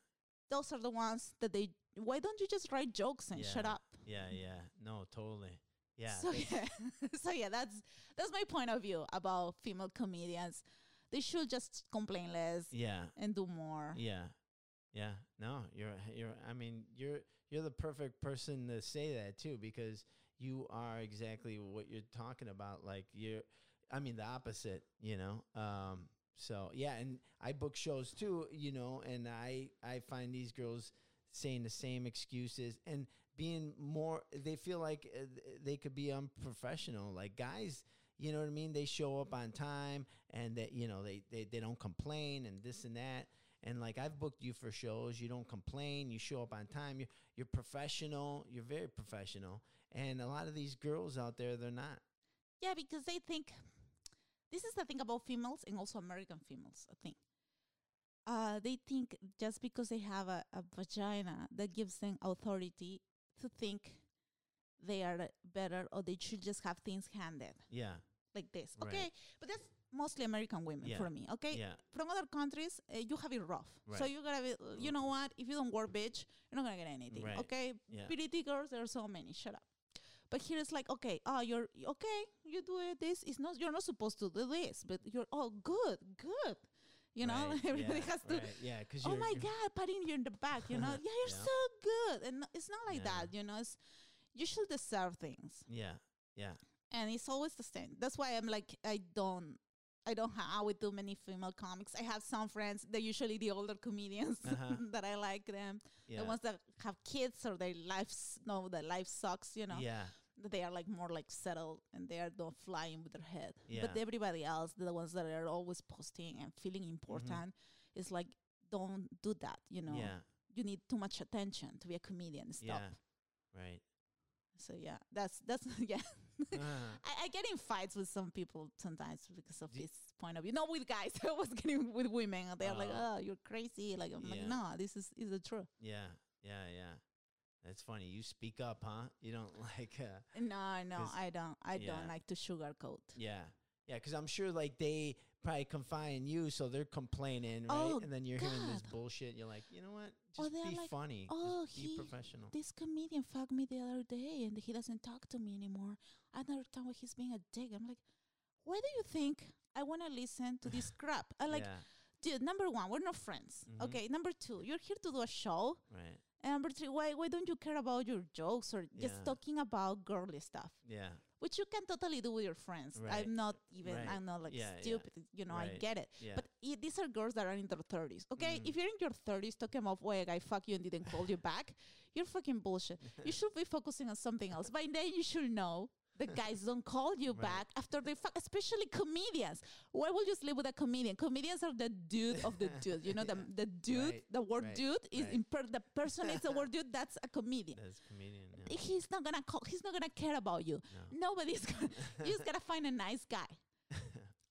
Those are the ones that they. Why don't you just write jokes and shut Yeah. up? Yeah. Yeah. No. Totally. Yeah. So yeah, so yeah, that's that's my point of view about female comedians. They should just complain less Yeah. and do more. Yeah. Yeah. No, you're you're I mean, you're you're the perfect person to say that too because you are exactly what you're talking about like you're I mean the opposite, you know. Um so yeah, and I book shows too, you know, and I I find these girls saying the same excuses and being more they feel like uh, th- they could be unprofessional like guys you know what i mean they show up on time and that you know they, they they don't complain and this and that and like i've booked you for shows you don't complain you show up on time you're, you're professional you're very professional and a lot of these girls out there they're not Yeah, because they think this is the thing about females and also American females. I think uh, they think just because they have a, a vagina that gives them authority to think they are uh, better or they should just have things handed yeah like this. Right. Okay, but that's mostly American women Yeah. for me. Okay, yeah from other countries uh, you have it rough, so Right. you gotta be. uh, You know what? If you don't work, bitch, you're not gonna get anything. Right. Okay, yeah Pretty girls, there are so many. Shut up. But here it's like, okay, oh, you're okay. You do it. This is not. You're not supposed to do this, but you're all good, good. You know, Right, everybody yeah, has to. right, yeah because Oh my God, patting you in the back. You know, yeah, you're Yeah. so good, and no- it's not like Yeah. that. You know, it's you should deserve things, yeah yeah and it's always the same. That's why I'm like, I don't. I don't hang out with too many female comics. I have some friends. They're usually the older comedians Uh-huh. that I like them yeah the ones that have kids or their lives no their life sucks you know yeah that they are like more like settled and they are not flying with their head but Yeah. everybody else the ones that are always posting and feeling Mm-hmm. important is like don't do that you know yeah you need too much attention to be a comedian stop yeah right so yeah that's that's yeah Ah, I, I get in fights with some people sometimes because of Do- this point of view not with guys i was getting with women and they're like Oh. oh you're crazy like i'm Yeah. like no this is is the truth yeah yeah yeah that's funny you speak up huh you don't like uh no no 'Cause- i don't i yeah. don't like to sugarcoat Yeah, yeah, because I'm sure like they probably confine you, so they're complaining, right? Oh, and then you're hearing this God. bullshit. You're like, you know what? Or Just they're be like, funny. "Oh, Just be he- professional. this comedian fucked me the other day and he doesn't talk to me anymore. I don't understand why he's being a dick. I'm like, why do you think I want to listen to this crap? I like, yeah, dude, number one, we're not friends. Mhm. Okay, number two, you're here to do a show. right. And number three, why, why don't you care about your jokes or Yeah. just talking about girly stuff, Yeah, which you can totally do with your friends? Right. I'm not even, Right. I'm not like Yeah, yeah. stupid. You know, I Right. get it. yeah, But i- these are girls that are in their 30s, okay? Mhm. If you're in your 30s talking about, why a guy fuck you and didn't call you back, you're fucking bullshit. You should be focusing on something else. By then, you should know the guys don't call you Right. back after they fuck, especially comedians. Why would you sleep with a comedian? Comedians are the dude of the dude. You know, Yeah. the, the dude, Right, the word right, dude is right. imper- the person is the word dude, that's a comedian. that's comedian. Yeah. He's not gonna call, he's not gonna care about you. No. Nobody's gonna, you just gotta find a nice guy.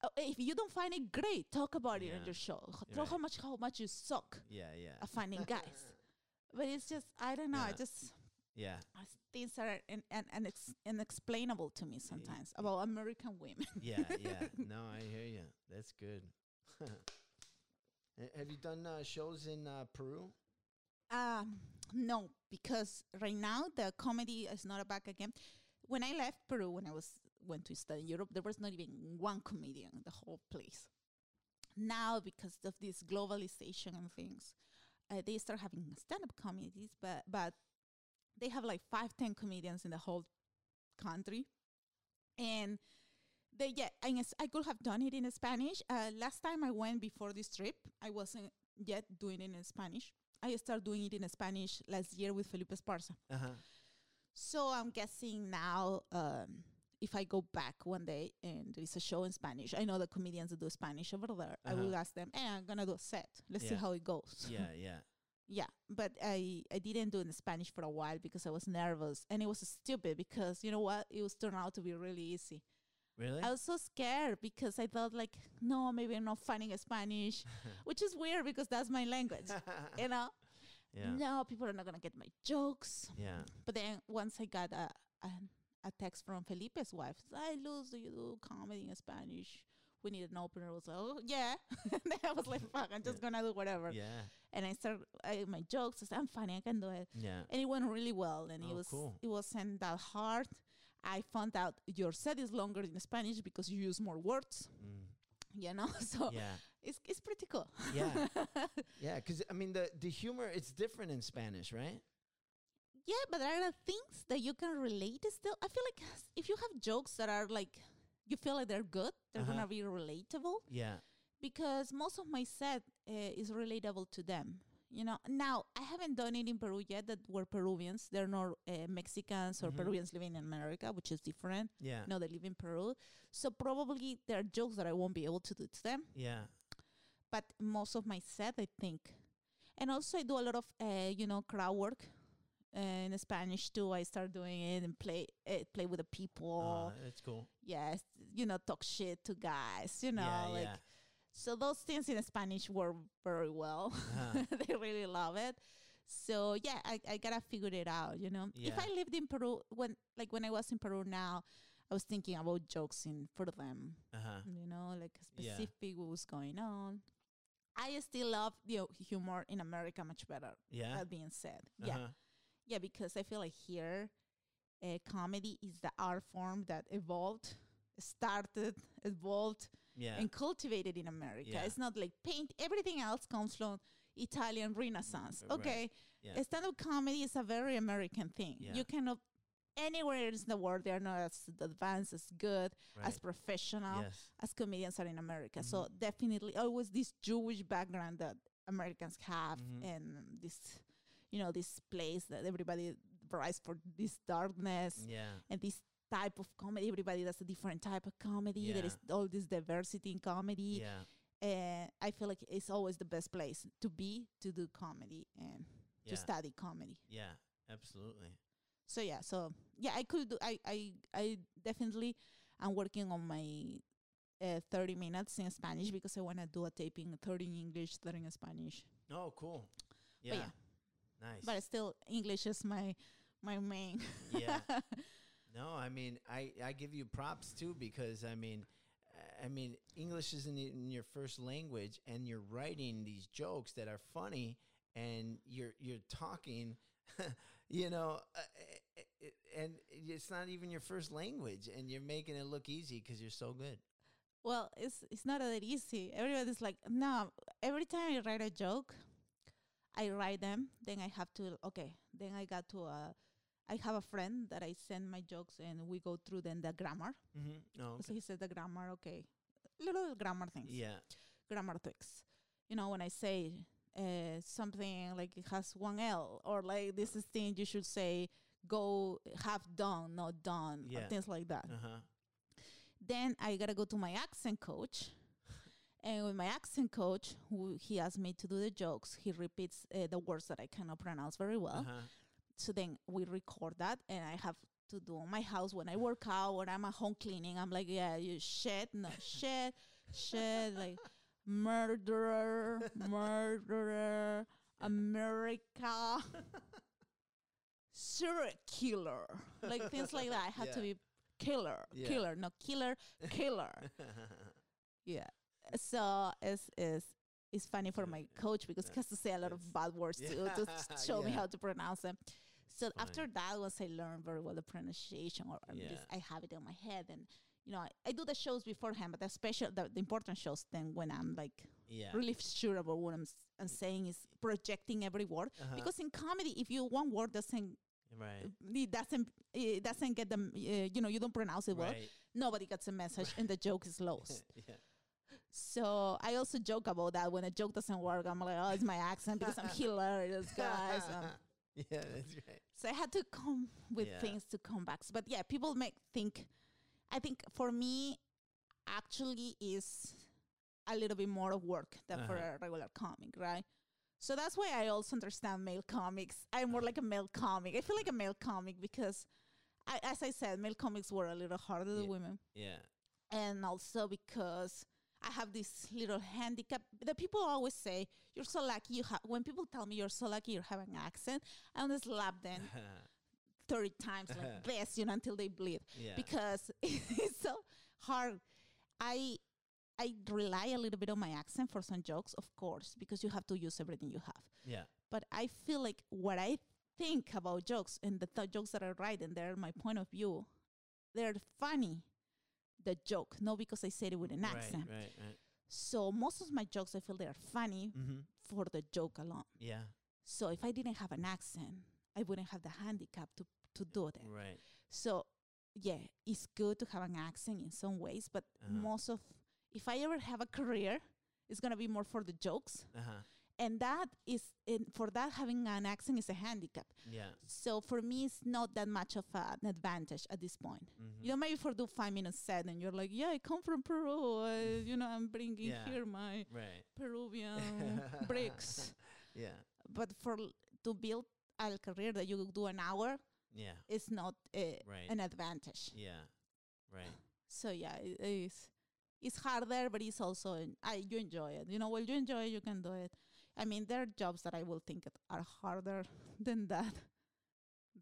uh, if you don't find it great, talk about it Yeah. on your show. H- You're Throw right. how much how much you suck Yeah, yeah, at finding guys. But it's just I don't know. I Yeah. just yeah. uh, things are in, and and ex- inexplainable to me sometimes about American women. yeah, yeah. No, I hear you. That's good. Ha- Have you done uh, shows in uh, Peru? Um, no, because right now the comedy is not back again. When I left Peru, when I was went to study in Europe, there was not even one comedian in the whole place. Now, because of this globalization and things, uh, they start having stand-up comedies, but but they have like five, ten comedians in the whole country, and they yeah. I guess I could have done it in Spanish. Uh, last time I went before this trip, I wasn't yet doing it in Spanish. I started doing it in Spanish last year with Felipe Esparza. Uh huh. So I'm guessing now, um, if I go back one day and there is a show in Spanish, I know the comedians that do Spanish over there. I Uh-huh. will ask them, "Hey, I'm gonna do a set. Let's see Yeah. how it goes." Yeah, yeah. Yeah, but I I didn't do it in Spanish for a while because I was nervous and it was stupid because you know what? It was turned out to be really easy. Really? I was so scared because I thought like, no, maybe I'm not finding a Spanish, which is weird because that's my language, you know. yeah. No, people are not gonna get my jokes. Yeah. But then once I got a a, a text from Felipe's wife, I lose. Do you do comedy in Spanish? We need an opener. I was like, oh, yeah. and then I was like, fuck, I'm just gonna do whatever. Yeah. And I started I, my jokes. I said, I'm funny. I can do it. Yeah. And it went really well. And Oh, it was cool. it wasn't that hard. I found out your set is longer in Spanish because you use more words. Mm. You know, so Yeah. it's it's pretty cool. Yeah. yeah. Because, I mean, the, the humor, it's different in Spanish, right? Yeah, but there are things that you can relate still. I feel like s- if you have jokes that are like, you feel like they're good, they're Uh-huh. gonna be relatable Yeah. because most of my set uh, is relatable to them. You know, now I haven't done it in Peru yet that were Peruvians. They're not uh, Mexicans or Mhm. Peruvians living in America, which is different. Yeah. No, they live in Peru. So probably there are jokes that I won't be able to do to them Yeah. but most of my set, I think. And also, I do a lot of, uh, you know, crowd work uh, in Spanish too. I start doing it and play uh, play with the people. Uh, that's cool. yes, you know, talk shit to guys. You know, yeah. like yeah. so those things in Spanish work very well. Uh-huh. they really love it. So yeah, I, I gotta figure it out. You know, if Yeah. I lived in Peru when like when I was in Peru now, I was thinking about jokes in for them Uh-huh. you know, like Yeah. specific what was going on. I still love the o- humor in America much better. Yeah. That being said, yeah, Uh-huh. yeah, because I feel like here, uh, comedy is the art form that evolved, started, evolved, Yeah. and cultivated in America. Yeah. It's not like paint. Everything else comes from Italian Renaissance. right. Okay, Yeah. stand-up comedy is a very American thing. Yeah. You cannot anywhere else in the world they are not as advanced, as good, as Right. professional Yes. as comedians are in America. Mm-hmm. So definitely always this Jewish background that Americans have Mhm. and this you know, this place that everybody rise for this darkness Yeah. and this type of comedy. Everybody does a different type of comedy. There Yeah. is all this diversity in comedy. Yeah. And I feel like it's always the best place to be, to do comedy and Yeah. to study comedy. Yeah. Absolutely. So yeah, so yeah, I could do. I I I definitely am working on my uh, thirty minutes in Spanish because I want to do a taping thirty in English, thirty in Spanish. Oh, cool. Yeah. yeah. Nice. But still, English is my my main. yeah. No, I mean, I, I give you props too because I mean, I- I mean, English isn't in your first language, and you're writing these jokes that are funny, and you're you're talking, you know, uh, uh, uh, and it's not even your first language, and you're making it look easy because you're so good. well, it's it's not that easy. Everybody's like, no. Every time I write a joke, I write them. Then I have to okay. Then I got to uh, I have a friend that I send my jokes and we go through then the grammar. Mm-hmm. Oh, So he said the grammar, okay. Little grammar things. yeah, Grammar tricks. You know, when I say uh, something like it has one L or like this is thing you should say go half done, not done, or Yeah. things like that. uh huh, Then I gotta go to my accent coach. And with my accent coach, who he asked me to do the jokes, he repeats uh, the words that I cannot pronounce very well uh huh, so then we record that and i have to do on my house when i work out when i'm at home cleaning i'm like yeah you shit no shit shit like murderer, murderer, America, serial killer, like things like that. I had to Yeah. be killer, Yeah. killer, no killer, killer. yeah. So it's it's it's funny for Yeah, my coach because yeah. he has to say a lot It's- of bad words to to s- Yeah, show me yeah. how to pronounce them. So Funny. after that, once I learned very well the pronunciation, or at least Yeah. I have it in my head, and you know I, I do the shows beforehand, but the special, the, the important shows, then when I'm like yeah. really f- sure about what I'm, s- I'm saying is projecting every word Uh-huh. because in comedy if you one word doesn't right. it doesn't it doesn't get them uh, you know you don't pronounce it well Right. nobody gets the message and the joke is lost yeah. so i also joke about that when a joke doesn't work i'm like oh it's my accent because i'm hilarious guys um, yeah, that's right. so i had to come with Yeah. things to come back but yeah people make think i think for me actually is a little bit more of work than for Uh-huh. a regular comic right so that's why i also understand male comics i'm more like a male comic i feel like a male comic because I, as i said male comics were a little harder Yeah. than women Yeah. and also because I have this little handicap. The people always say you're so lucky. You have when people tell me you're so lucky you have an accent, I want to slap them thirty times like this, you know, until they bleed yeah. because it's so hard. I I rely a little bit on my accent for some jokes, of course, because you have to use everything you have. yeah. But I feel like what I think about jokes and the th- jokes that I write and they're my point of view, they're funny. The joke, not because I said it with an Right, accent. right, right. So most of my jokes, I feel they are funny Mm-hmm. for the joke alone. Yeah. So if I didn't have an accent, I wouldn't have the handicap to to do that. Right. So yeah, it's good to have an accent in some ways, but Uh-huh. most of if I ever have a career, it's gonna be more for the jokes, Uh huh. and that is and for that having an accent is a handicap. Yeah. So for me, it's not that much of a- an advantage at this point. Mm-hmm. You know, maybe for do five minutes set, and you're like, yeah, I come from Peru. Uh, you know, I'm bringing Yeah. here my Right. Peruvian bricks. Yeah. But for l- to build a career that you do an hour Yeah. is not uh, Right. an advantage. Yeah. Right. So yeah, it is. It's harder, but it's also en- I you enjoy it. You know, when you enjoy it, you can do it. I mean, there are jobs that I will think it are harder than that.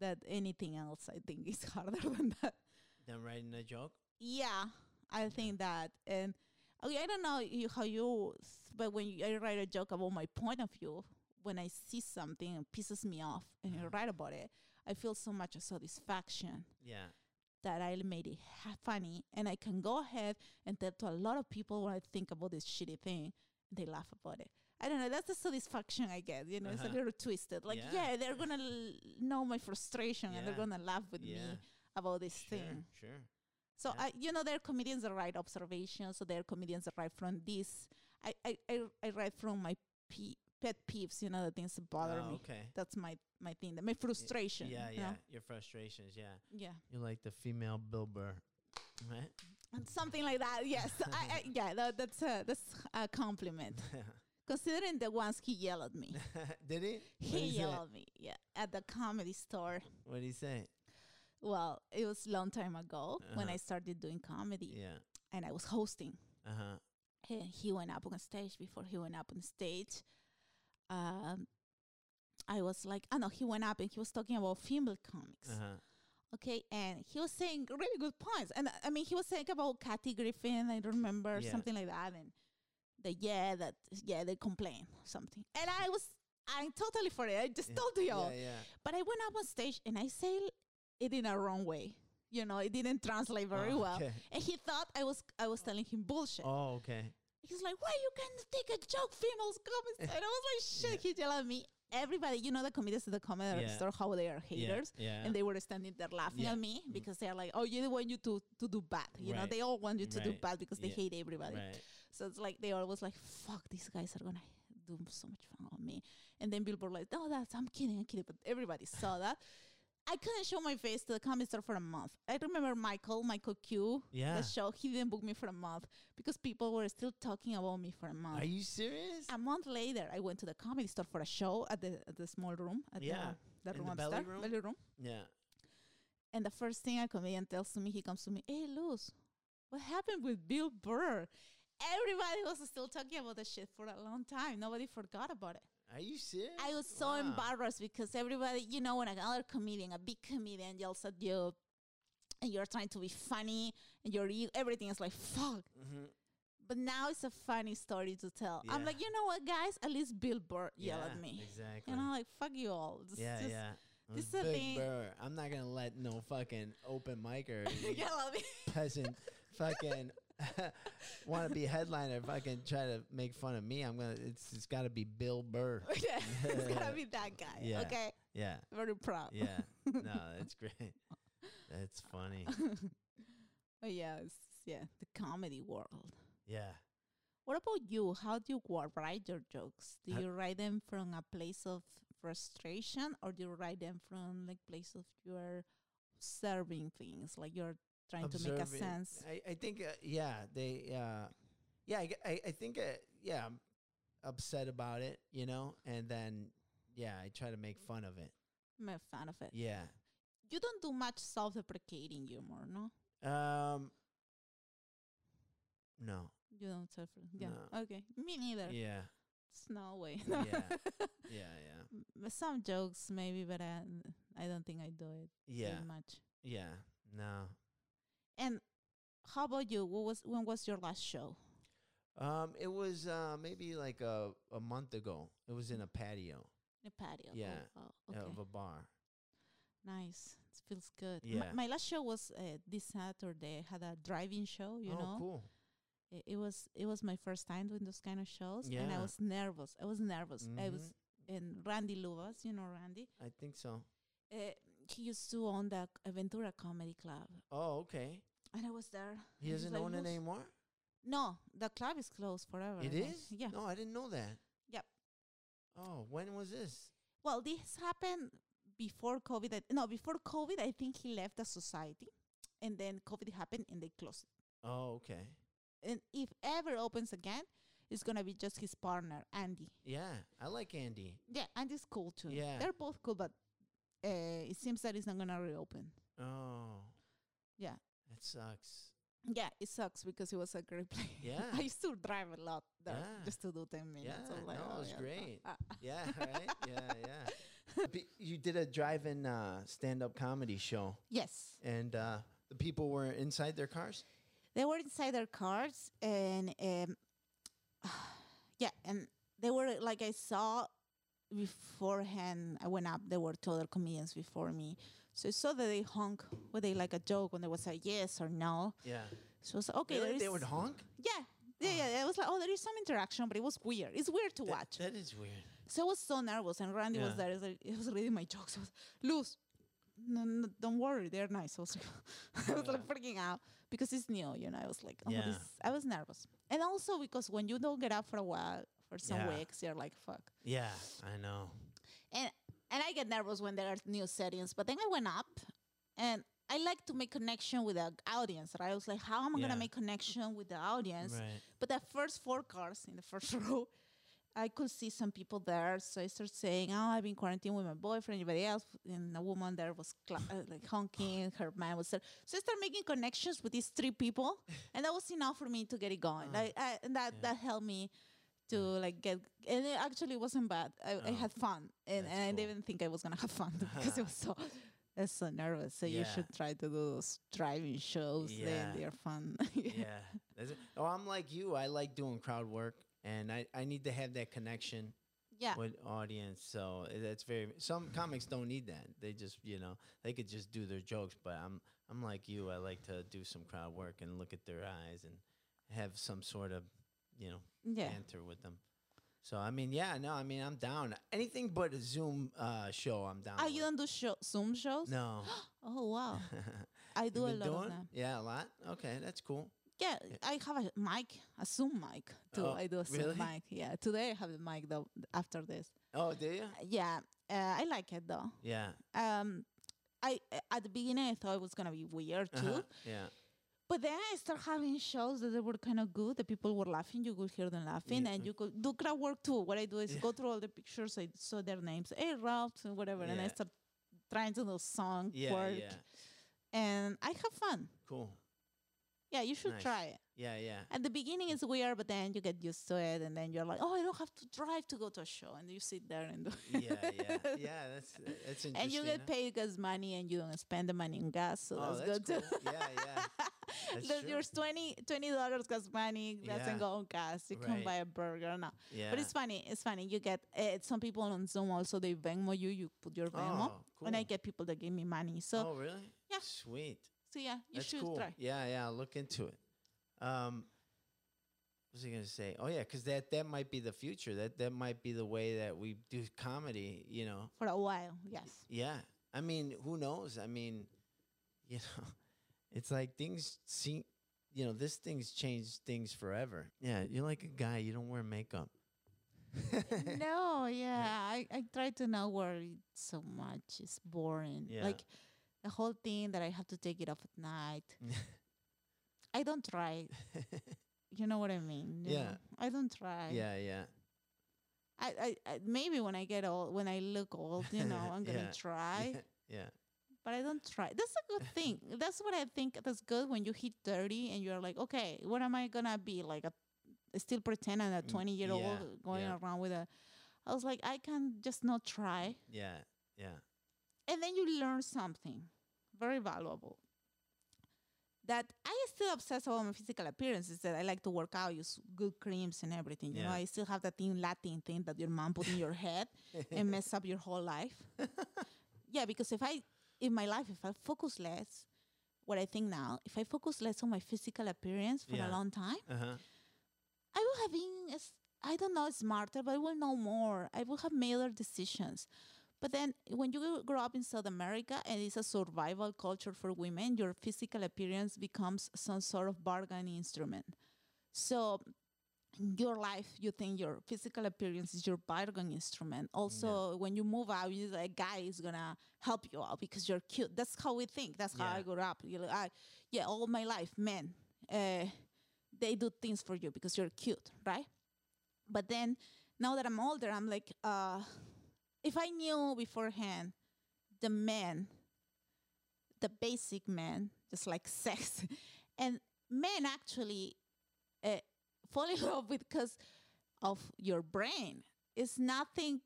That anything else, I think, is harder than that. Them writing a joke. Yeah, I think that. And okay, I don't know you, how you, s- but when you, I write a joke about my point of view, when I see something and pisses me off, and I Uh-huh. write about it, I feel so much satisfaction Yeah. that I made it ha- funny, and I can go ahead and tell to a lot of people what I think about this shitty thing, and they laugh about it. I don't know. That's the satisfaction I get. You know, it's Uh-huh. a little twisted. Like, Yeah. yeah, they're gonna l- know my frustration, and they're Yeah. gonna laugh with yeah. me about this Sure. thing. Sure. So Yeah. I, you know, there are comedians that write observations. So there are comedians that write from this. I I I, I write from my pe- pet peeves. You know, the things that bother Oh, me. okay. That's my my thing. That my frustration. Yeah. you Yeah. know? Your frustrations. Yeah. yeah, You're like the female Bill Burr. Right. and something like that. Yes, I, I yeah, that, that's a that's a uh, compliment. Considering the ones he yelled at me, Did he? he uh, yelled at me. Yeah, at the comedy store. What did he say? Well, it was long time ago when Uh-huh. I started doing comedy, Yeah. and I was hosting. Uh huh. and he went up on stage before he went up on stage um i was like oh no he went up and he was talking about female comics Uh huh. okay and he was saying really good points and uh, i mean he was saying about kathy griffin i don't remember Yeah. something like that and the yeah that yeah they complain something and i was i'm totally for it i just Yeah. told you Yeah. Yeah. but i went up on stage and i say it in a wrong way you know it didn't translate very Oh, well okay. and he thought i was i was telling him bullshit Oh, okay. He's like, why you can't take a joke, females comments? And I was like, shit, he yelled at me. Everybody, you know the comedians at the comedy Yeah. store, how they are Yeah, haters. Yeah. And they were standing there laughing Yeah. at me Mm. because they're like, oh, you want you to, to do bad. You know, Right. they all want you to do Right. bad because they Yeah. hate everybody. Right. So it's like, they always like, fuck, these guys are going to do so much fun on me. And then Billboard like, no, that's, I'm kidding, I'm kidding. But everybody saw that. I couldn't show my face to the comedy store for a month. I remember Michael, Michael Q, Yeah. the show. He didn't book me for a month because people were still talking about me for a month. Are you serious? a month later, I went to the comedy store for a show at the at the small room at Yeah. the, In the room the upstairs, belly room? belly room. yeah. And the first thing a comedian tells to me, he comes to me, "Hey, Luz, what happened with Bill Burr?" everybody was still talking about the shit for a long time. Nobody forgot about it. Are you serious? I was so Wow. embarrassed because everybody, you know, when another comedian, a big comedian, yells at you, and you're trying to be funny, and you're e- everything is like fuck. Mhm. But now it's a funny story to tell. I'm Yeah. like, you know what, guys? At least Bill Burr yelled Yeah, at me. Exactly. And I'm like, fuck you all. Just- yeah, just yeah. I'm this is a Big thing- Bird. I'm not gonna let no fucking open micer you yell at me. peasant fucking want to be headliner fucking try to make fun of me. I'm gonna. It's it's got to be Bill Burr. yeah, it's gotta be that guy. Yeah. Okay, Yeah, very proud. yeah. No, that's great. That's funny. but yeah, it's, Oh, yeah, the comedy world. Yeah. What about you? How do you wa- write your jokes? Do I- you write them from a place of frustration, or do you write them from like place of you're observing things, like you're trying to make a Observing. sense? I, I think, uh, yeah, they, uh, yeah, I, g- I- I think, uh, yeah, I'm upset about it, you know, and then, yeah, I try to make fun of it. Make fun of it. Yeah. You don't do much self-deprecating humor, no? Um, no. You don't self. Yeah. No. Okay. Me neither. Yeah. It's no way. Yeah. Yeah. Yeah. M- Some jokes maybe, but I, I don't think I do it Yeah. that much. Yeah. No. And how about you? What was when was your last show? Um, it was, uh, maybe like a, a month ago. It was in a patio The patio. Oh, Yeah. Oh, uh, okay. of a bar. Nice. It feels good. M- Yeah. My, last show was uh, this Saturday. I had a driving show, you oh, know. cool. I- It, was it was my first time doing those kind of shows and I Yeah. was nervous. I was nervous. I was Mhm. and Randy Lubas, you know Randy. I think so. Uh, he used to own the Aventura Comedy Club Oh, okay. and I was there. He and he's doesn't like, own it "Who's-" anymore. No, the club is closed forever. I It think. is? Yeah. No, I didn't know that. Yep. Oh, when was this? Well, this happened before COVID. I- No, before COVID, I think he left the society, and then COVID happened, and they closed. Oh, okay. it. And if ever opens again, it's gonna be just his partner, Andy. Yeah, I like Andy. Yeah, Andy's cool too. Yeah. they're both cool, but uh, it seems that it's not gonna reopen. Oh. Yeah. That sucks. Yeah, it sucks because it was a great place. Yeah. I used to drive a lot there Yeah. just to do ten minutes. Yeah, I'm like, no, it "Oh, was yeah, great. ah, ah." Yeah, right? yeah, yeah. Be- you did a drive-in uh, stand-up comedy show, yes. and uh, the people were inside their cars. they were inside their cars and um, yeah and they were like i saw beforehand i went up there were two other comedians before me so i saw that they honk were they like a joke when there was a yes or no Yeah. so i was like okay there Really? is They would honk. yeah yeah, yeah, I was like, oh, there is some interaction, but it was weird. It's weird to That- watch. that is weird. So I was so nervous, and Randy was Yeah. there. He was, like, he was reading my jokes. I was loose. No, no, don't worry, they're nice. I was like, I was like freaking out because it's new, you know. I was like, oh, Yeah. this, I was nervous, and also because when you don't get up for a while, for some Yeah. weeks, you're like, fuck. Yeah, I know. And and I get nervous when there are new settings, but then I went up, and I like to make connection with the audience. Right? I was like, how am I Yeah. gonna make connection with the audience? Right. But the first four cars in the first row, I could see some people there. So I started saying, "Oh, I've been quarantined with my boyfriend, anybody else?" And a woman there was cla- uh, like honking. Her man was there. So I started making connections with these three people, and that was enough for me to get it going. Like, I, and that Ah. Yeah. that helped me to like get. And it actually wasn't bad. I, I Oh, had fun, and, that's and I cool. didn't think I was gonna have fun because it was so. I was so nervous. So you Yeah. should try to do those driving shows. Yeah. They, they're fun. yeah. That's it. Oh, I'm like you. I like doing crowd work, and I, I need to have that connection yeah. with audience. So i- that's very. Some comics don't need that. They just you know they could just do their jokes. But I'm I'm like you. I like to do some crowd work and look at their eyes and have some sort of you know Yeah. banter with them. So I mean, yeah, no, I mean, I'm down. Anything but a Zoom uh, show, I'm down. Oh, you with. don't do show, Zoom shows? No. Oh wow, You I do a been lot of doing? them. Yeah, a lot. Okay, that's cool. Yeah, I have a mic, a Zoom mic too. Oh, I do a Zoom really? mic. Yeah, today I have the mic though. After this, Oh, do you? yeah, uh, I like it though. Yeah. Um, I uh, at the beginning I thought it was gonna be weird too, uh-huh, Yeah. but then I start having shows that they were kind of good. The people were laughing. You could hear them laughing, Yeah. and you could do crowd work too. What I do is Yeah. go through all the pictures. I saw their names, hey Ralph, and whatever, and I Yeah. start trying to do song Yeah. work, Yeah. and I have fun. Cool. Yeah, you should Nice. Mm. try it. Yeah, yeah. At the beginning, it's weird, but then you get used to it, and then you're like, oh, I don't have to drive to go to a show, and you sit there and do Yeah, yeah, yeah. That's that's interesting. And you get huh? paid gas money, and you don't spend the money in gas, so Oh, that's, good cool. too. yeah, yeah. That's Th- true. There's 20 dollars gas money doesn't Yeah. go on gas. You can Right. buy a burger now. yeah. But it's funny. It's funny. You get uh, some people on Zoom also they Venmo you. You put your Venmo, Oh, and I cool. get people that give me money. So oh, really? Yeah. Sweet. so yeah, you That's should cool. try. Yeah, yeah. I'll look into it. Um, what was I gonna say? Oh yeah, because that that might be the future. That that might be the way that we do comedy. You know. for a while. Yes. Yeah. I mean, who knows? I mean, you know, it's like things seem, you know, this thing's changed things forever. Yeah. You're like a guy. You don't wear makeup. no, yeah, I, I try to not worry so much. It's boring. Yeah. Like the whole thing that I have to take it off at night. I don't try. You know what I mean? you Yeah. know? I don't try. yeah. Yeah. I, I, I maybe when I get old, when I look old, you know, I'm gonna Yeah. try. yeah. But I don't try. That's a good thing. That's what I think. That's good when you hit 30 and you're like, okay, what am I gonna be like? A still pretend I'm a Mm, 20 year yeah, old going yeah. around with a. I was like, I can just not try. Yeah. Yeah. and then you learn something very valuable that I still obsess about my physical appearance is that I like to work out, use good creams and everything. You know, Yeah. I still have that thing Latin thing that your mom put in your head and mess up your whole life. yeah, because if I in my life if I focus less, what I think now, if I focus less on my physical appearance for Yeah. a long time, Uh huh. I would have been, s- I don't know, smarter, but I will know more. I would have made other decisions. But then when you gr- grow up in South America and it's a survival culture for women, your physical appearance becomes some sort of bargaining instrument. So in your life, you think your physical appearance is your bargaining instrument. Also, when you move out, you like, a guy is gonna help you out because you're cute. That's how we think. That's how Yeah. I grew up. You know, I, yeah, all my life, men. Uh, they do things for you because you're cute, right? But then now that I'm older, I'm like, uh, if I knew beforehand the men, the basic men, just like sex, and men actually uh, fall in love with because of your brain. It's nothing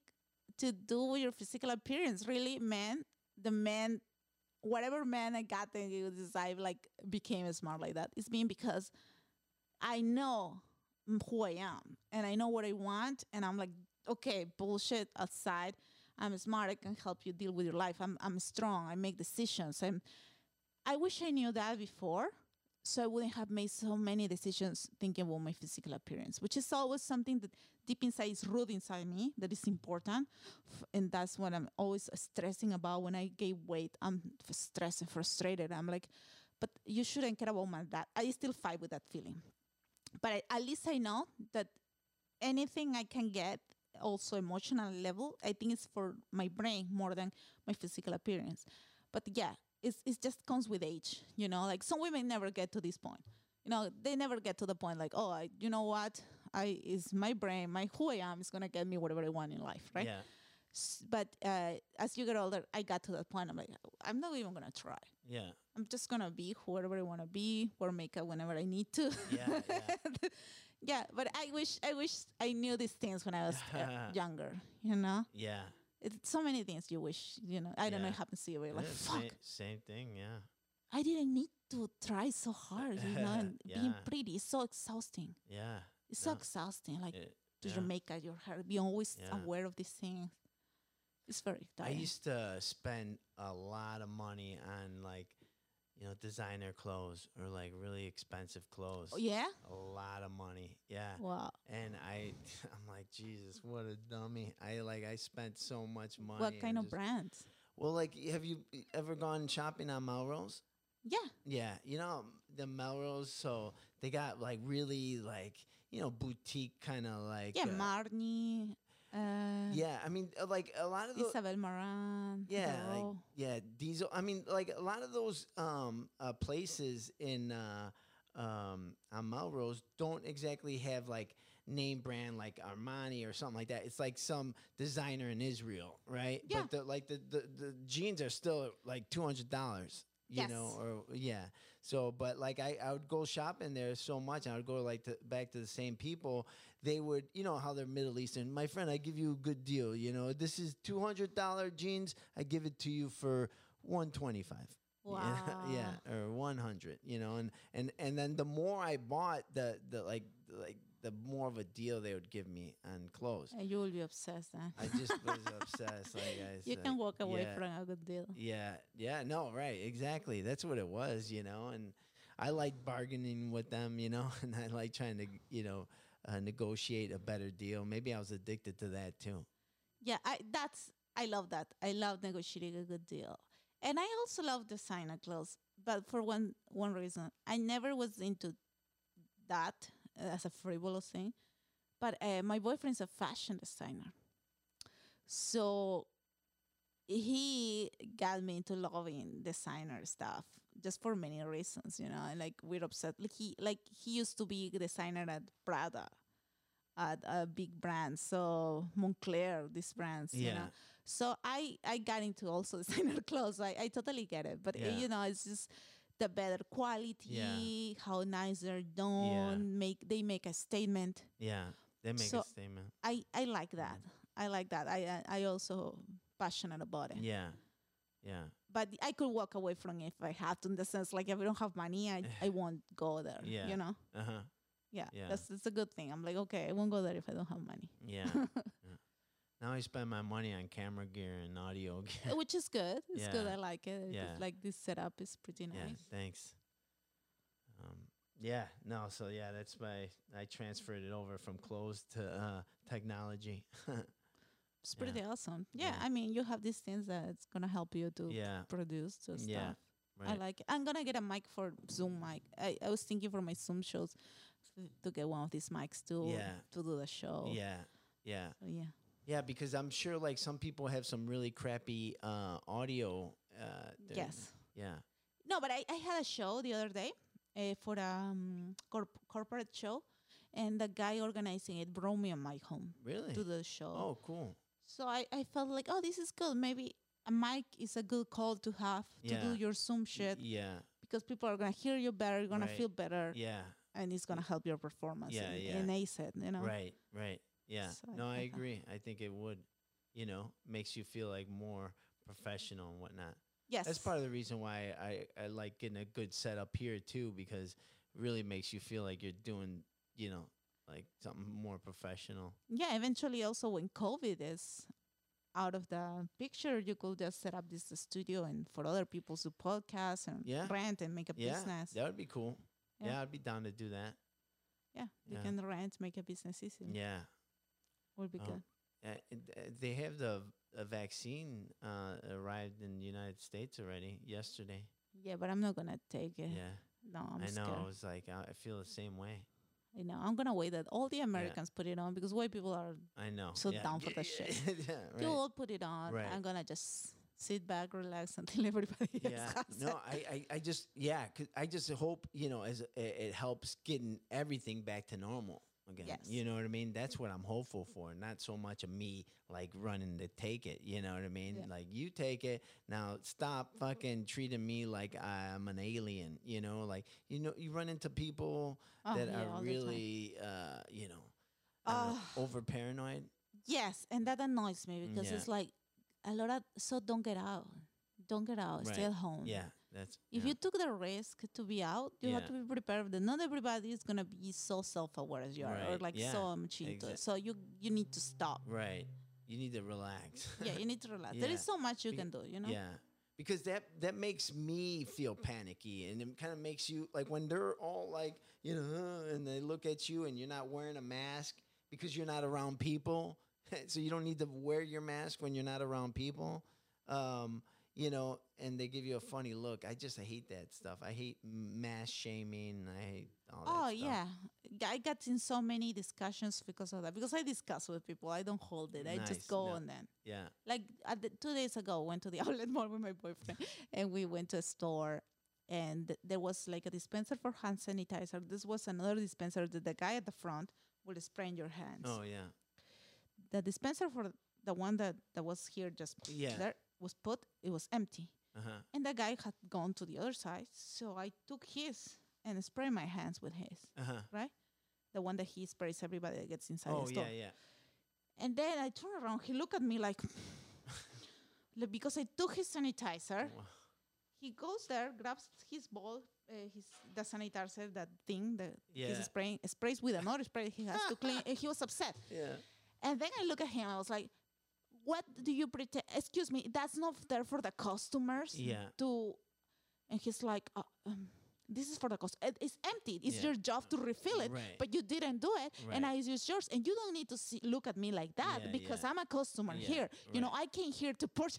to do with your physical appearance, really. Men, the men, whatever man I got that you decide like became smart like that, it's been because I know m- who I am and I know what I want. And I'm like, okay, bullshit aside. I'm smart. I can help you deal with your life. I'm, I'm strong. I make decisions. I'm, I wish I knew that before. So I wouldn't have made so many decisions thinking about my physical appearance, which is always something that deep inside is rooted inside me that is important. F- And that's what I'm always stressing about. When I gain weight, I'm f- stressed and frustrated. I'm like, but you shouldn't care about my that. I still fight with that feeling but I, at least I know that anything I can get, also emotional level, I think it's for my brain more than my physical appearance. But yeah, it's it just comes with age, you know. Like some women never get to this point, you know. They never get to the point like, oh, I, you know what, I is my brain, my who I am is gonna get me whatever I want in life, right? Yeah. S- But uh, as you get older, I got to that point. I'm like, I'm not even gonna try. Yeah. I'm just gonna be whoever I wanna be, wear makeup whenever I need to. Yeah, Yeah, but I wish I wish I knew these things when I was uh, younger. You know, Yeah. it's so many things you wish. You know, I don't know. Yeah. It happens to you. Where you're yeah like, sa- fuck, same thing. Yeah. I didn't need to try so hard. You know, and being Yeah. pretty is so exhausting. Yeah. It's so No. exhausting. Like It- to yeah. your makeup, your hair, being always Yeah. aware of these things. It's very I tiring. used to spend a lot of money on like, you know, designer clothes or like really expensive clothes. oh, yeah. A lot of money. Yeah. Wow. And I, I'm like, Jesus, what a dummy. I like, I spent so much money. What on kind of just- brands? Well, like, have you ever gone shopping on Melrose? Yeah. Yeah, you know um, the Melrose, so they got like really like you know boutique kind of like Yeah, uh, Marni. Uh, yeah. I mean, uh, like a lot of those. Isabel Moran. Yeah, like, Doro. yeah, diesel. I mean, like a lot of those um uh, places in uh um on Melrose don't exactly have like name brand like Armani or something like that. It's like some designer in Israel, right? Yeah. But the, like the, the the jeans are still like two hundred dollars. you Yes. know, or yeah. So, but like I, I would go shopping there so much, and I would go like to, back to the same people. They would, you know, how they're Middle Eastern. My friend, I give you a good deal. You know, this is two hundred dollar jeans. I give it to you for one twenty five. yeah, Wow. or one hundred. You know, and and and then the more I bought, the the like like the more of a deal they would give me on clothes. Uh, you will be obsessed then. I just was obsessed. Like I you said, can walk away yeah. from a good deal. Yeah, yeah, no, right, exactly. That's what it was, you know. And I like bargaining with them, you know, and I like trying to, you know, uh, negotiate a better deal. Maybe I was addicted to that too. Yeah, I that's I love that. I love negotiating a good deal. And I also love designer clothes, but for one one reason. I never was into that uh, as a frivolous thing. But uh, my boyfriend's a fashion designer. So he got me into loving designer stuff just for many reasons, you know, and like we're upset. Like he like he used to be a designer at Prada at a big brand, so Montclair, these brands, you know. Yeah. So I I got into also designer clothes. I, I totally get it, but uh, Yeah. you know, it's just the better quality, how nice they're done. Make they make a statement. Yeah, they make So- a statement. I I like that. I like that. I I, I also passionate about it. Yeah, yeah, But I could walk away from it if I had to. In the sense, like if I don't have money, I I won't go there. Yeah. You know. uh huh, Yeah. Yeah. That's that's a good thing. I'm like, okay, I won't go there if I don't have money, yeah. yeah. Now I spend my money on camera gear and audio gear. which is good. It's good. Yeah. I like it. It's Yeah. like this setup is pretty nice. Yeah, thanks. Um, yeah, no, so yeah, that's my I transferred it over from clothes to uh, technology. It's Yeah. pretty awesome. Yeah, Yeah. I mean, you have these things that it's gonna help you to yeah, produce the stuff. Yeah, I right. like. It. I'm gonna get a mic for Zoom mic. I, I was thinking for my Zoom shows th- to get one of these mics to Yeah. to do the show. yeah, yeah. So, yeah. Yeah, because I'm sure like some people have some really crappy uh, audio. Uh, they're- Yes. Yeah. No, but I, I had a show the other day uh, for a um, corp- corporate show, and the guy organizing it brought me a mic home Really? to the show. Oh, cool. So I, I felt like, oh, this is good. Maybe a mic is a good call to have to Yeah. do your Zoom shit Yeah. because people are gonna hear you better, you're gonna Right. feel better, Yeah. and it's gonna help your performance. Yeah, and, yeah. and ace it, you know. Right. Right. Yeah. So no, I I thought that- agree. I think it would. You know, makes you feel like more professional and whatnot. Yes. That's part of the reason why I, I like getting a good setup here too, because it really makes you feel like you're doing, you know, like something more professional. yeah. Eventually, also when COVID is out of the picture, you could just set up this studio and for other people to podcast and Yeah. rent and make a Yeah. business. That would be cool. Yeah. yeah, I'd be down to do that. Yeah, you Yeah. can rent, make a business easy. Yeah. Would be Oh. good. uh, it- uh, they have the a vaccine uh, arrived in the United States already yesterday. Yeah, but I'm not gonna take it. Yeah, No, I'm i know. scared. I was like, I I feel the same way. You know, I'm gonna wait that all the Americans put it on because white people are I know. So down for the shit. yeah, right. you all put it on. Right. I'm gonna just sit back, relax until everybody Yeah, else has no, it. I, I, I just, yeah, 'cause I just hope you know, as it, it helps getting everything back to normal again. Yes. You know what I mean? That's what I'm hopeful for. Not so much of me like running to take it. You know what I mean? Yeah. Like you take it now. Stop fucking treating me like I'm an alien. You know, like you know, you run into people Oh, that yeah, all are the time. really, uh, you know, I don't know, Ah. over paranoid. Yes, and that annoys me because Yeah. it's like a lot of so don't get out. Don't get out. Stay Right. at home. Yeah, that's If yeah. you took the risk to be out, you have Yeah. to be prepared that not everybody is gonna be so self aware as you are or Right, like yeah, so much into exact- it. So you you need to stop. right, you need to relax. yeah, you need to relax. There Yeah, is so much you beca- can do, you know? Yeah. Because that that makes me feel panicky and it kind of makes you like when they're all like, you know, "Uh," and they look at you and you're not wearing a mask because you're not around people. so you don't need to wear your mask when you're not around people. Um, you know, and they give you a funny look. I just I hate that stuff. I hate mask shaming. I hate all that Oh stuff. yeah, G- I got in so many discussions because of that. Because I discuss with people, I don't hold it. I Nice, just go yeah. on then. Yeah. Like at the, two days ago, went to the outlet mall with my boyfriend, and we went to a store, and there was like a dispenser for hand sanitizer. This was another dispenser that the guy at the front will spray in your hands. Oh yeah. The dispenser for the one that that was here just Yeah. there was put. It was empty. Uh-huh. And the guy had gone to the other side, so I took his and sprayed my hands with his, Uh-huh. right? The one that he sprays everybody that gets inside Oh the store. yeah, yeah. And then I turned around. He looked at me like, like, because I took his sanitizer. Wow. He goes there, grabs his ball, uh, his the sanitizer, that thing that Yeah. he's spraying, sprays with another spray. He has to clean. and he was upset. Yeah. And then I look at him. I was like, "What do you pretend? Excuse me, that's not there for the customers Yeah. to." And he's like, uh, um, "This is for the cost. It's empty. It's Yeah. your job to refill it, Right. but you didn't do it, and I Right. use yours. And you don't need to see, look at me like that Yeah, because yeah. I'm a customer Yeah, here. You know, I came here to purchase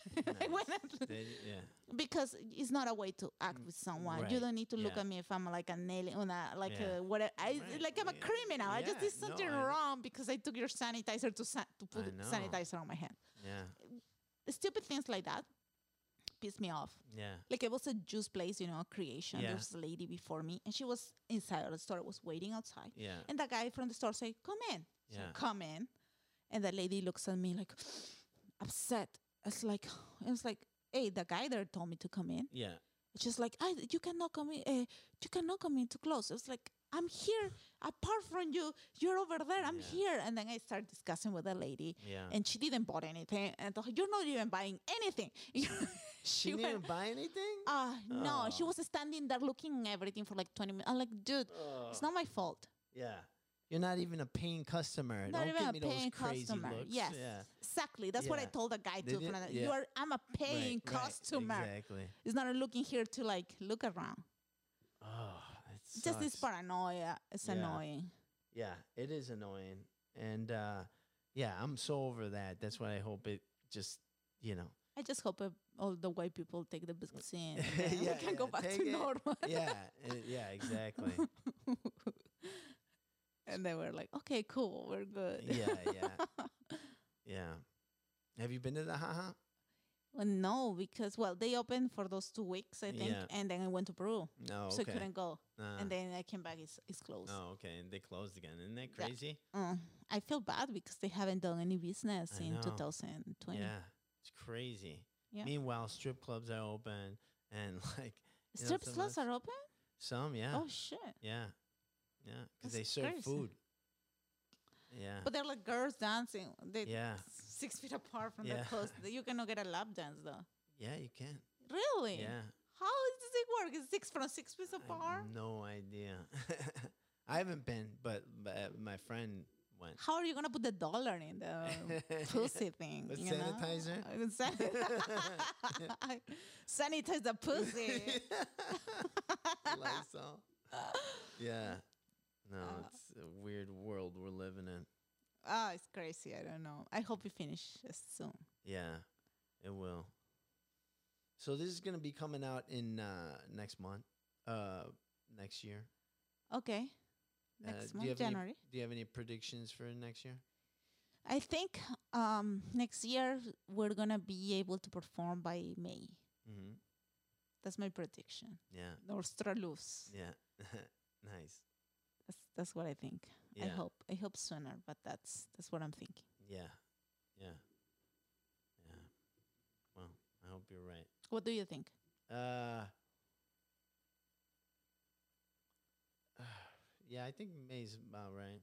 when I'm- They- yeah. because it's not a way to act with someone. You right, don't need to look yeah. at me if I'm like an alien, on a, like Yeah. a, what? I Right, like I'm a yeah, criminal. I just yeah, did no, something I know. wrong because I took your sanitizer to sa- to put know. sanitizer on my hand. Yeah. Stupid things like that piss me off. Yeah. Like it was a juice place, you know, creation. Yeah. There was a lady before me, and she was inside of the store. was waiting outside, Yeah. and the guy from the store say, "Come in." So Yeah. I come in, and the lady looks at me like upset. It's like I was like, "Hey, the guy there told me to come in." Yeah. She's like, I, you cannot come in. Uh, you cannot come in too close. I was like, I'm here. Apart from you, you're over there. I'm Yeah. here. And then I started discussing with the lady, Yeah. and she didn't buy anything. And I told her, you're not even buying anything. she she didn't went. buy anything. Ah, no, she Oh. was standing there looking everything for like 20 minutes. I'm like, dude, it's not my fault. Oh, yeah. You're not even a paying customer. Not Don't even give a me paying those crazy customer. looks. Yes, Yeah. exactly. That's what I Yeah. told the guy They too. did- from the- yeah. You are, I'm a Right, paying right, customer. Exactly. It's not looking here to like look around. Oh, it's Just this paranoia. It's Yeah. annoying. Yeah, it is annoying, and uh, yeah, I'm so over that. That's what I hope it just you know. I just hope uh, all the white people take the vaccine. and Yeah, then we can go yeah, back take to it. normal. Yeah, uh, yeah, exactly. and they were like, okay, cool, we're good. yeah, yeah, yeah. Have you been to the haha? Well, no, because, well, they opened for those two weeks, I think. Yeah. And then I went to Peru. No, So okay. I couldn't go. Uh, And then I came back, it's, it's closed. oh, okay, and they closed again. Isn't that crazy? Uh, I feel bad because they haven't done any business I in know. 2020. Yeah, it's crazy. Yeah. Meanwhile, strip clubs are open, and like You know, Strip so clubs much- are open? some, yeah, Oh, shit. yeah, yeah, because That's they serve crazy. food. Yeah, But they're like girls dancing. They yeah, Six feet apart from Yeah. the coast. You cannot get a lap dance, though. yeah. You can. Really? Yeah. How does it work? Is six from six feet I have apart? no idea. I haven't been, but, but uh, my friend went. How are you gonna put the dollar in the Um, pussy thing? With you know? sanitizer? Uh, with san- Sanitize the pussy. Lysol. Yeah. No, Uh, it's a weird world we're living in. oh, it's crazy. I don't know. I hope we finish as soon. Yeah, it will. So this is gonna be coming out in uh, next month, uh, next year. Okay. Uh, Next do you have month, any- January. Do you have any predictions for next year? I think um, next year we're gonna be able to perform by May. Mm-hmm. That's my prediction. Yeah, Nostra Luz. yeah, nice. That's, that's what I think. I Yeah. hope. I hope sooner, but that's that's what I'm thinking. Yeah. Yeah. Yeah. Well, I hope you're right. What do you think? Uh yeah, I think May's about right.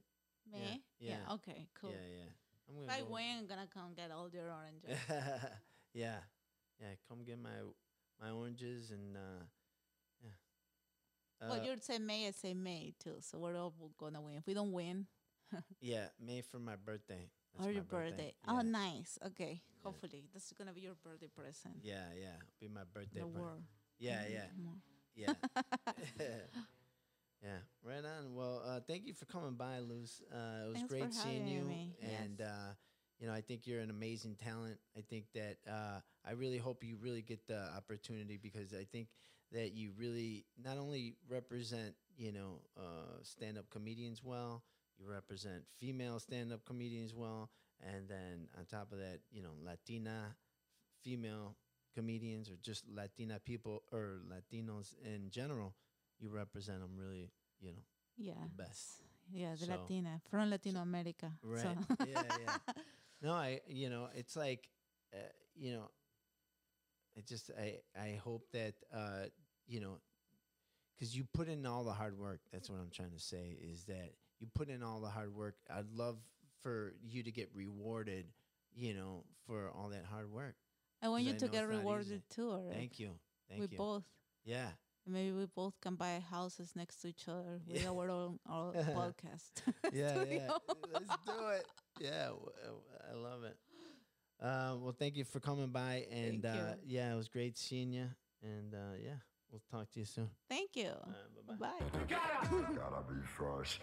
May? Yeah, yeah. Okay. Cool. Yeah, yeah. I'm gonna By go- when I'm gonna come get all your oranges. yeah. Yeah, come get my my oranges and uh yeah. Uh, well, you'd say May. I say May too. So we're all gonna win. If we don't win, yeah, May for my birthday. or my your birthday. Yeah. Oh, nice. Okay. Hopefully, that's gonna be your birthday present. yeah, yeah. Be my birthday. The party. world. Mm-hmm. Yeah, yeah. more. Yeah. yeah. Right on. Well, uh, thank you for coming by, Luz. Uh, it was Thanks for great seeing having you. me. And, Yes. uh, you know, I think you're an amazing talent. I think that uh, I really hope you really get the opportunity because I think that you really not only represent, you know, uh, stand up comedians well, you represent female stand up comedians well. And then on top of that, you know, Latina female comedians or just Latina people or Latinos in general, you represent them really, you know, Yeah. the best. Yeah, the So- Latina from Latino America. Right. So. yeah, yeah. No, I, you know, it's like, uh, you know, it just I I hope that uh you know because you put in all the hard work. That's what I'm trying to say is that you put in all the hard work. I'd love for you to get rewarded, you know, for all that hard work. I want 'Cause you I to know get it's not rewarded easy. too. All right? Thank you. Thank we you. both. yeah. Maybe we both can buy houses next to each other with Yeah. our own our podcast. Yeah, yeah. studio. Let's do it. Yeah, w- w- I love it. Uh, well, thank you for coming by, and Thank uh, yeah, it was great seeing you. And uh, yeah, we'll talk to you soon. Thank you. Uh, bye-bye. Bye. Gotta be fresh.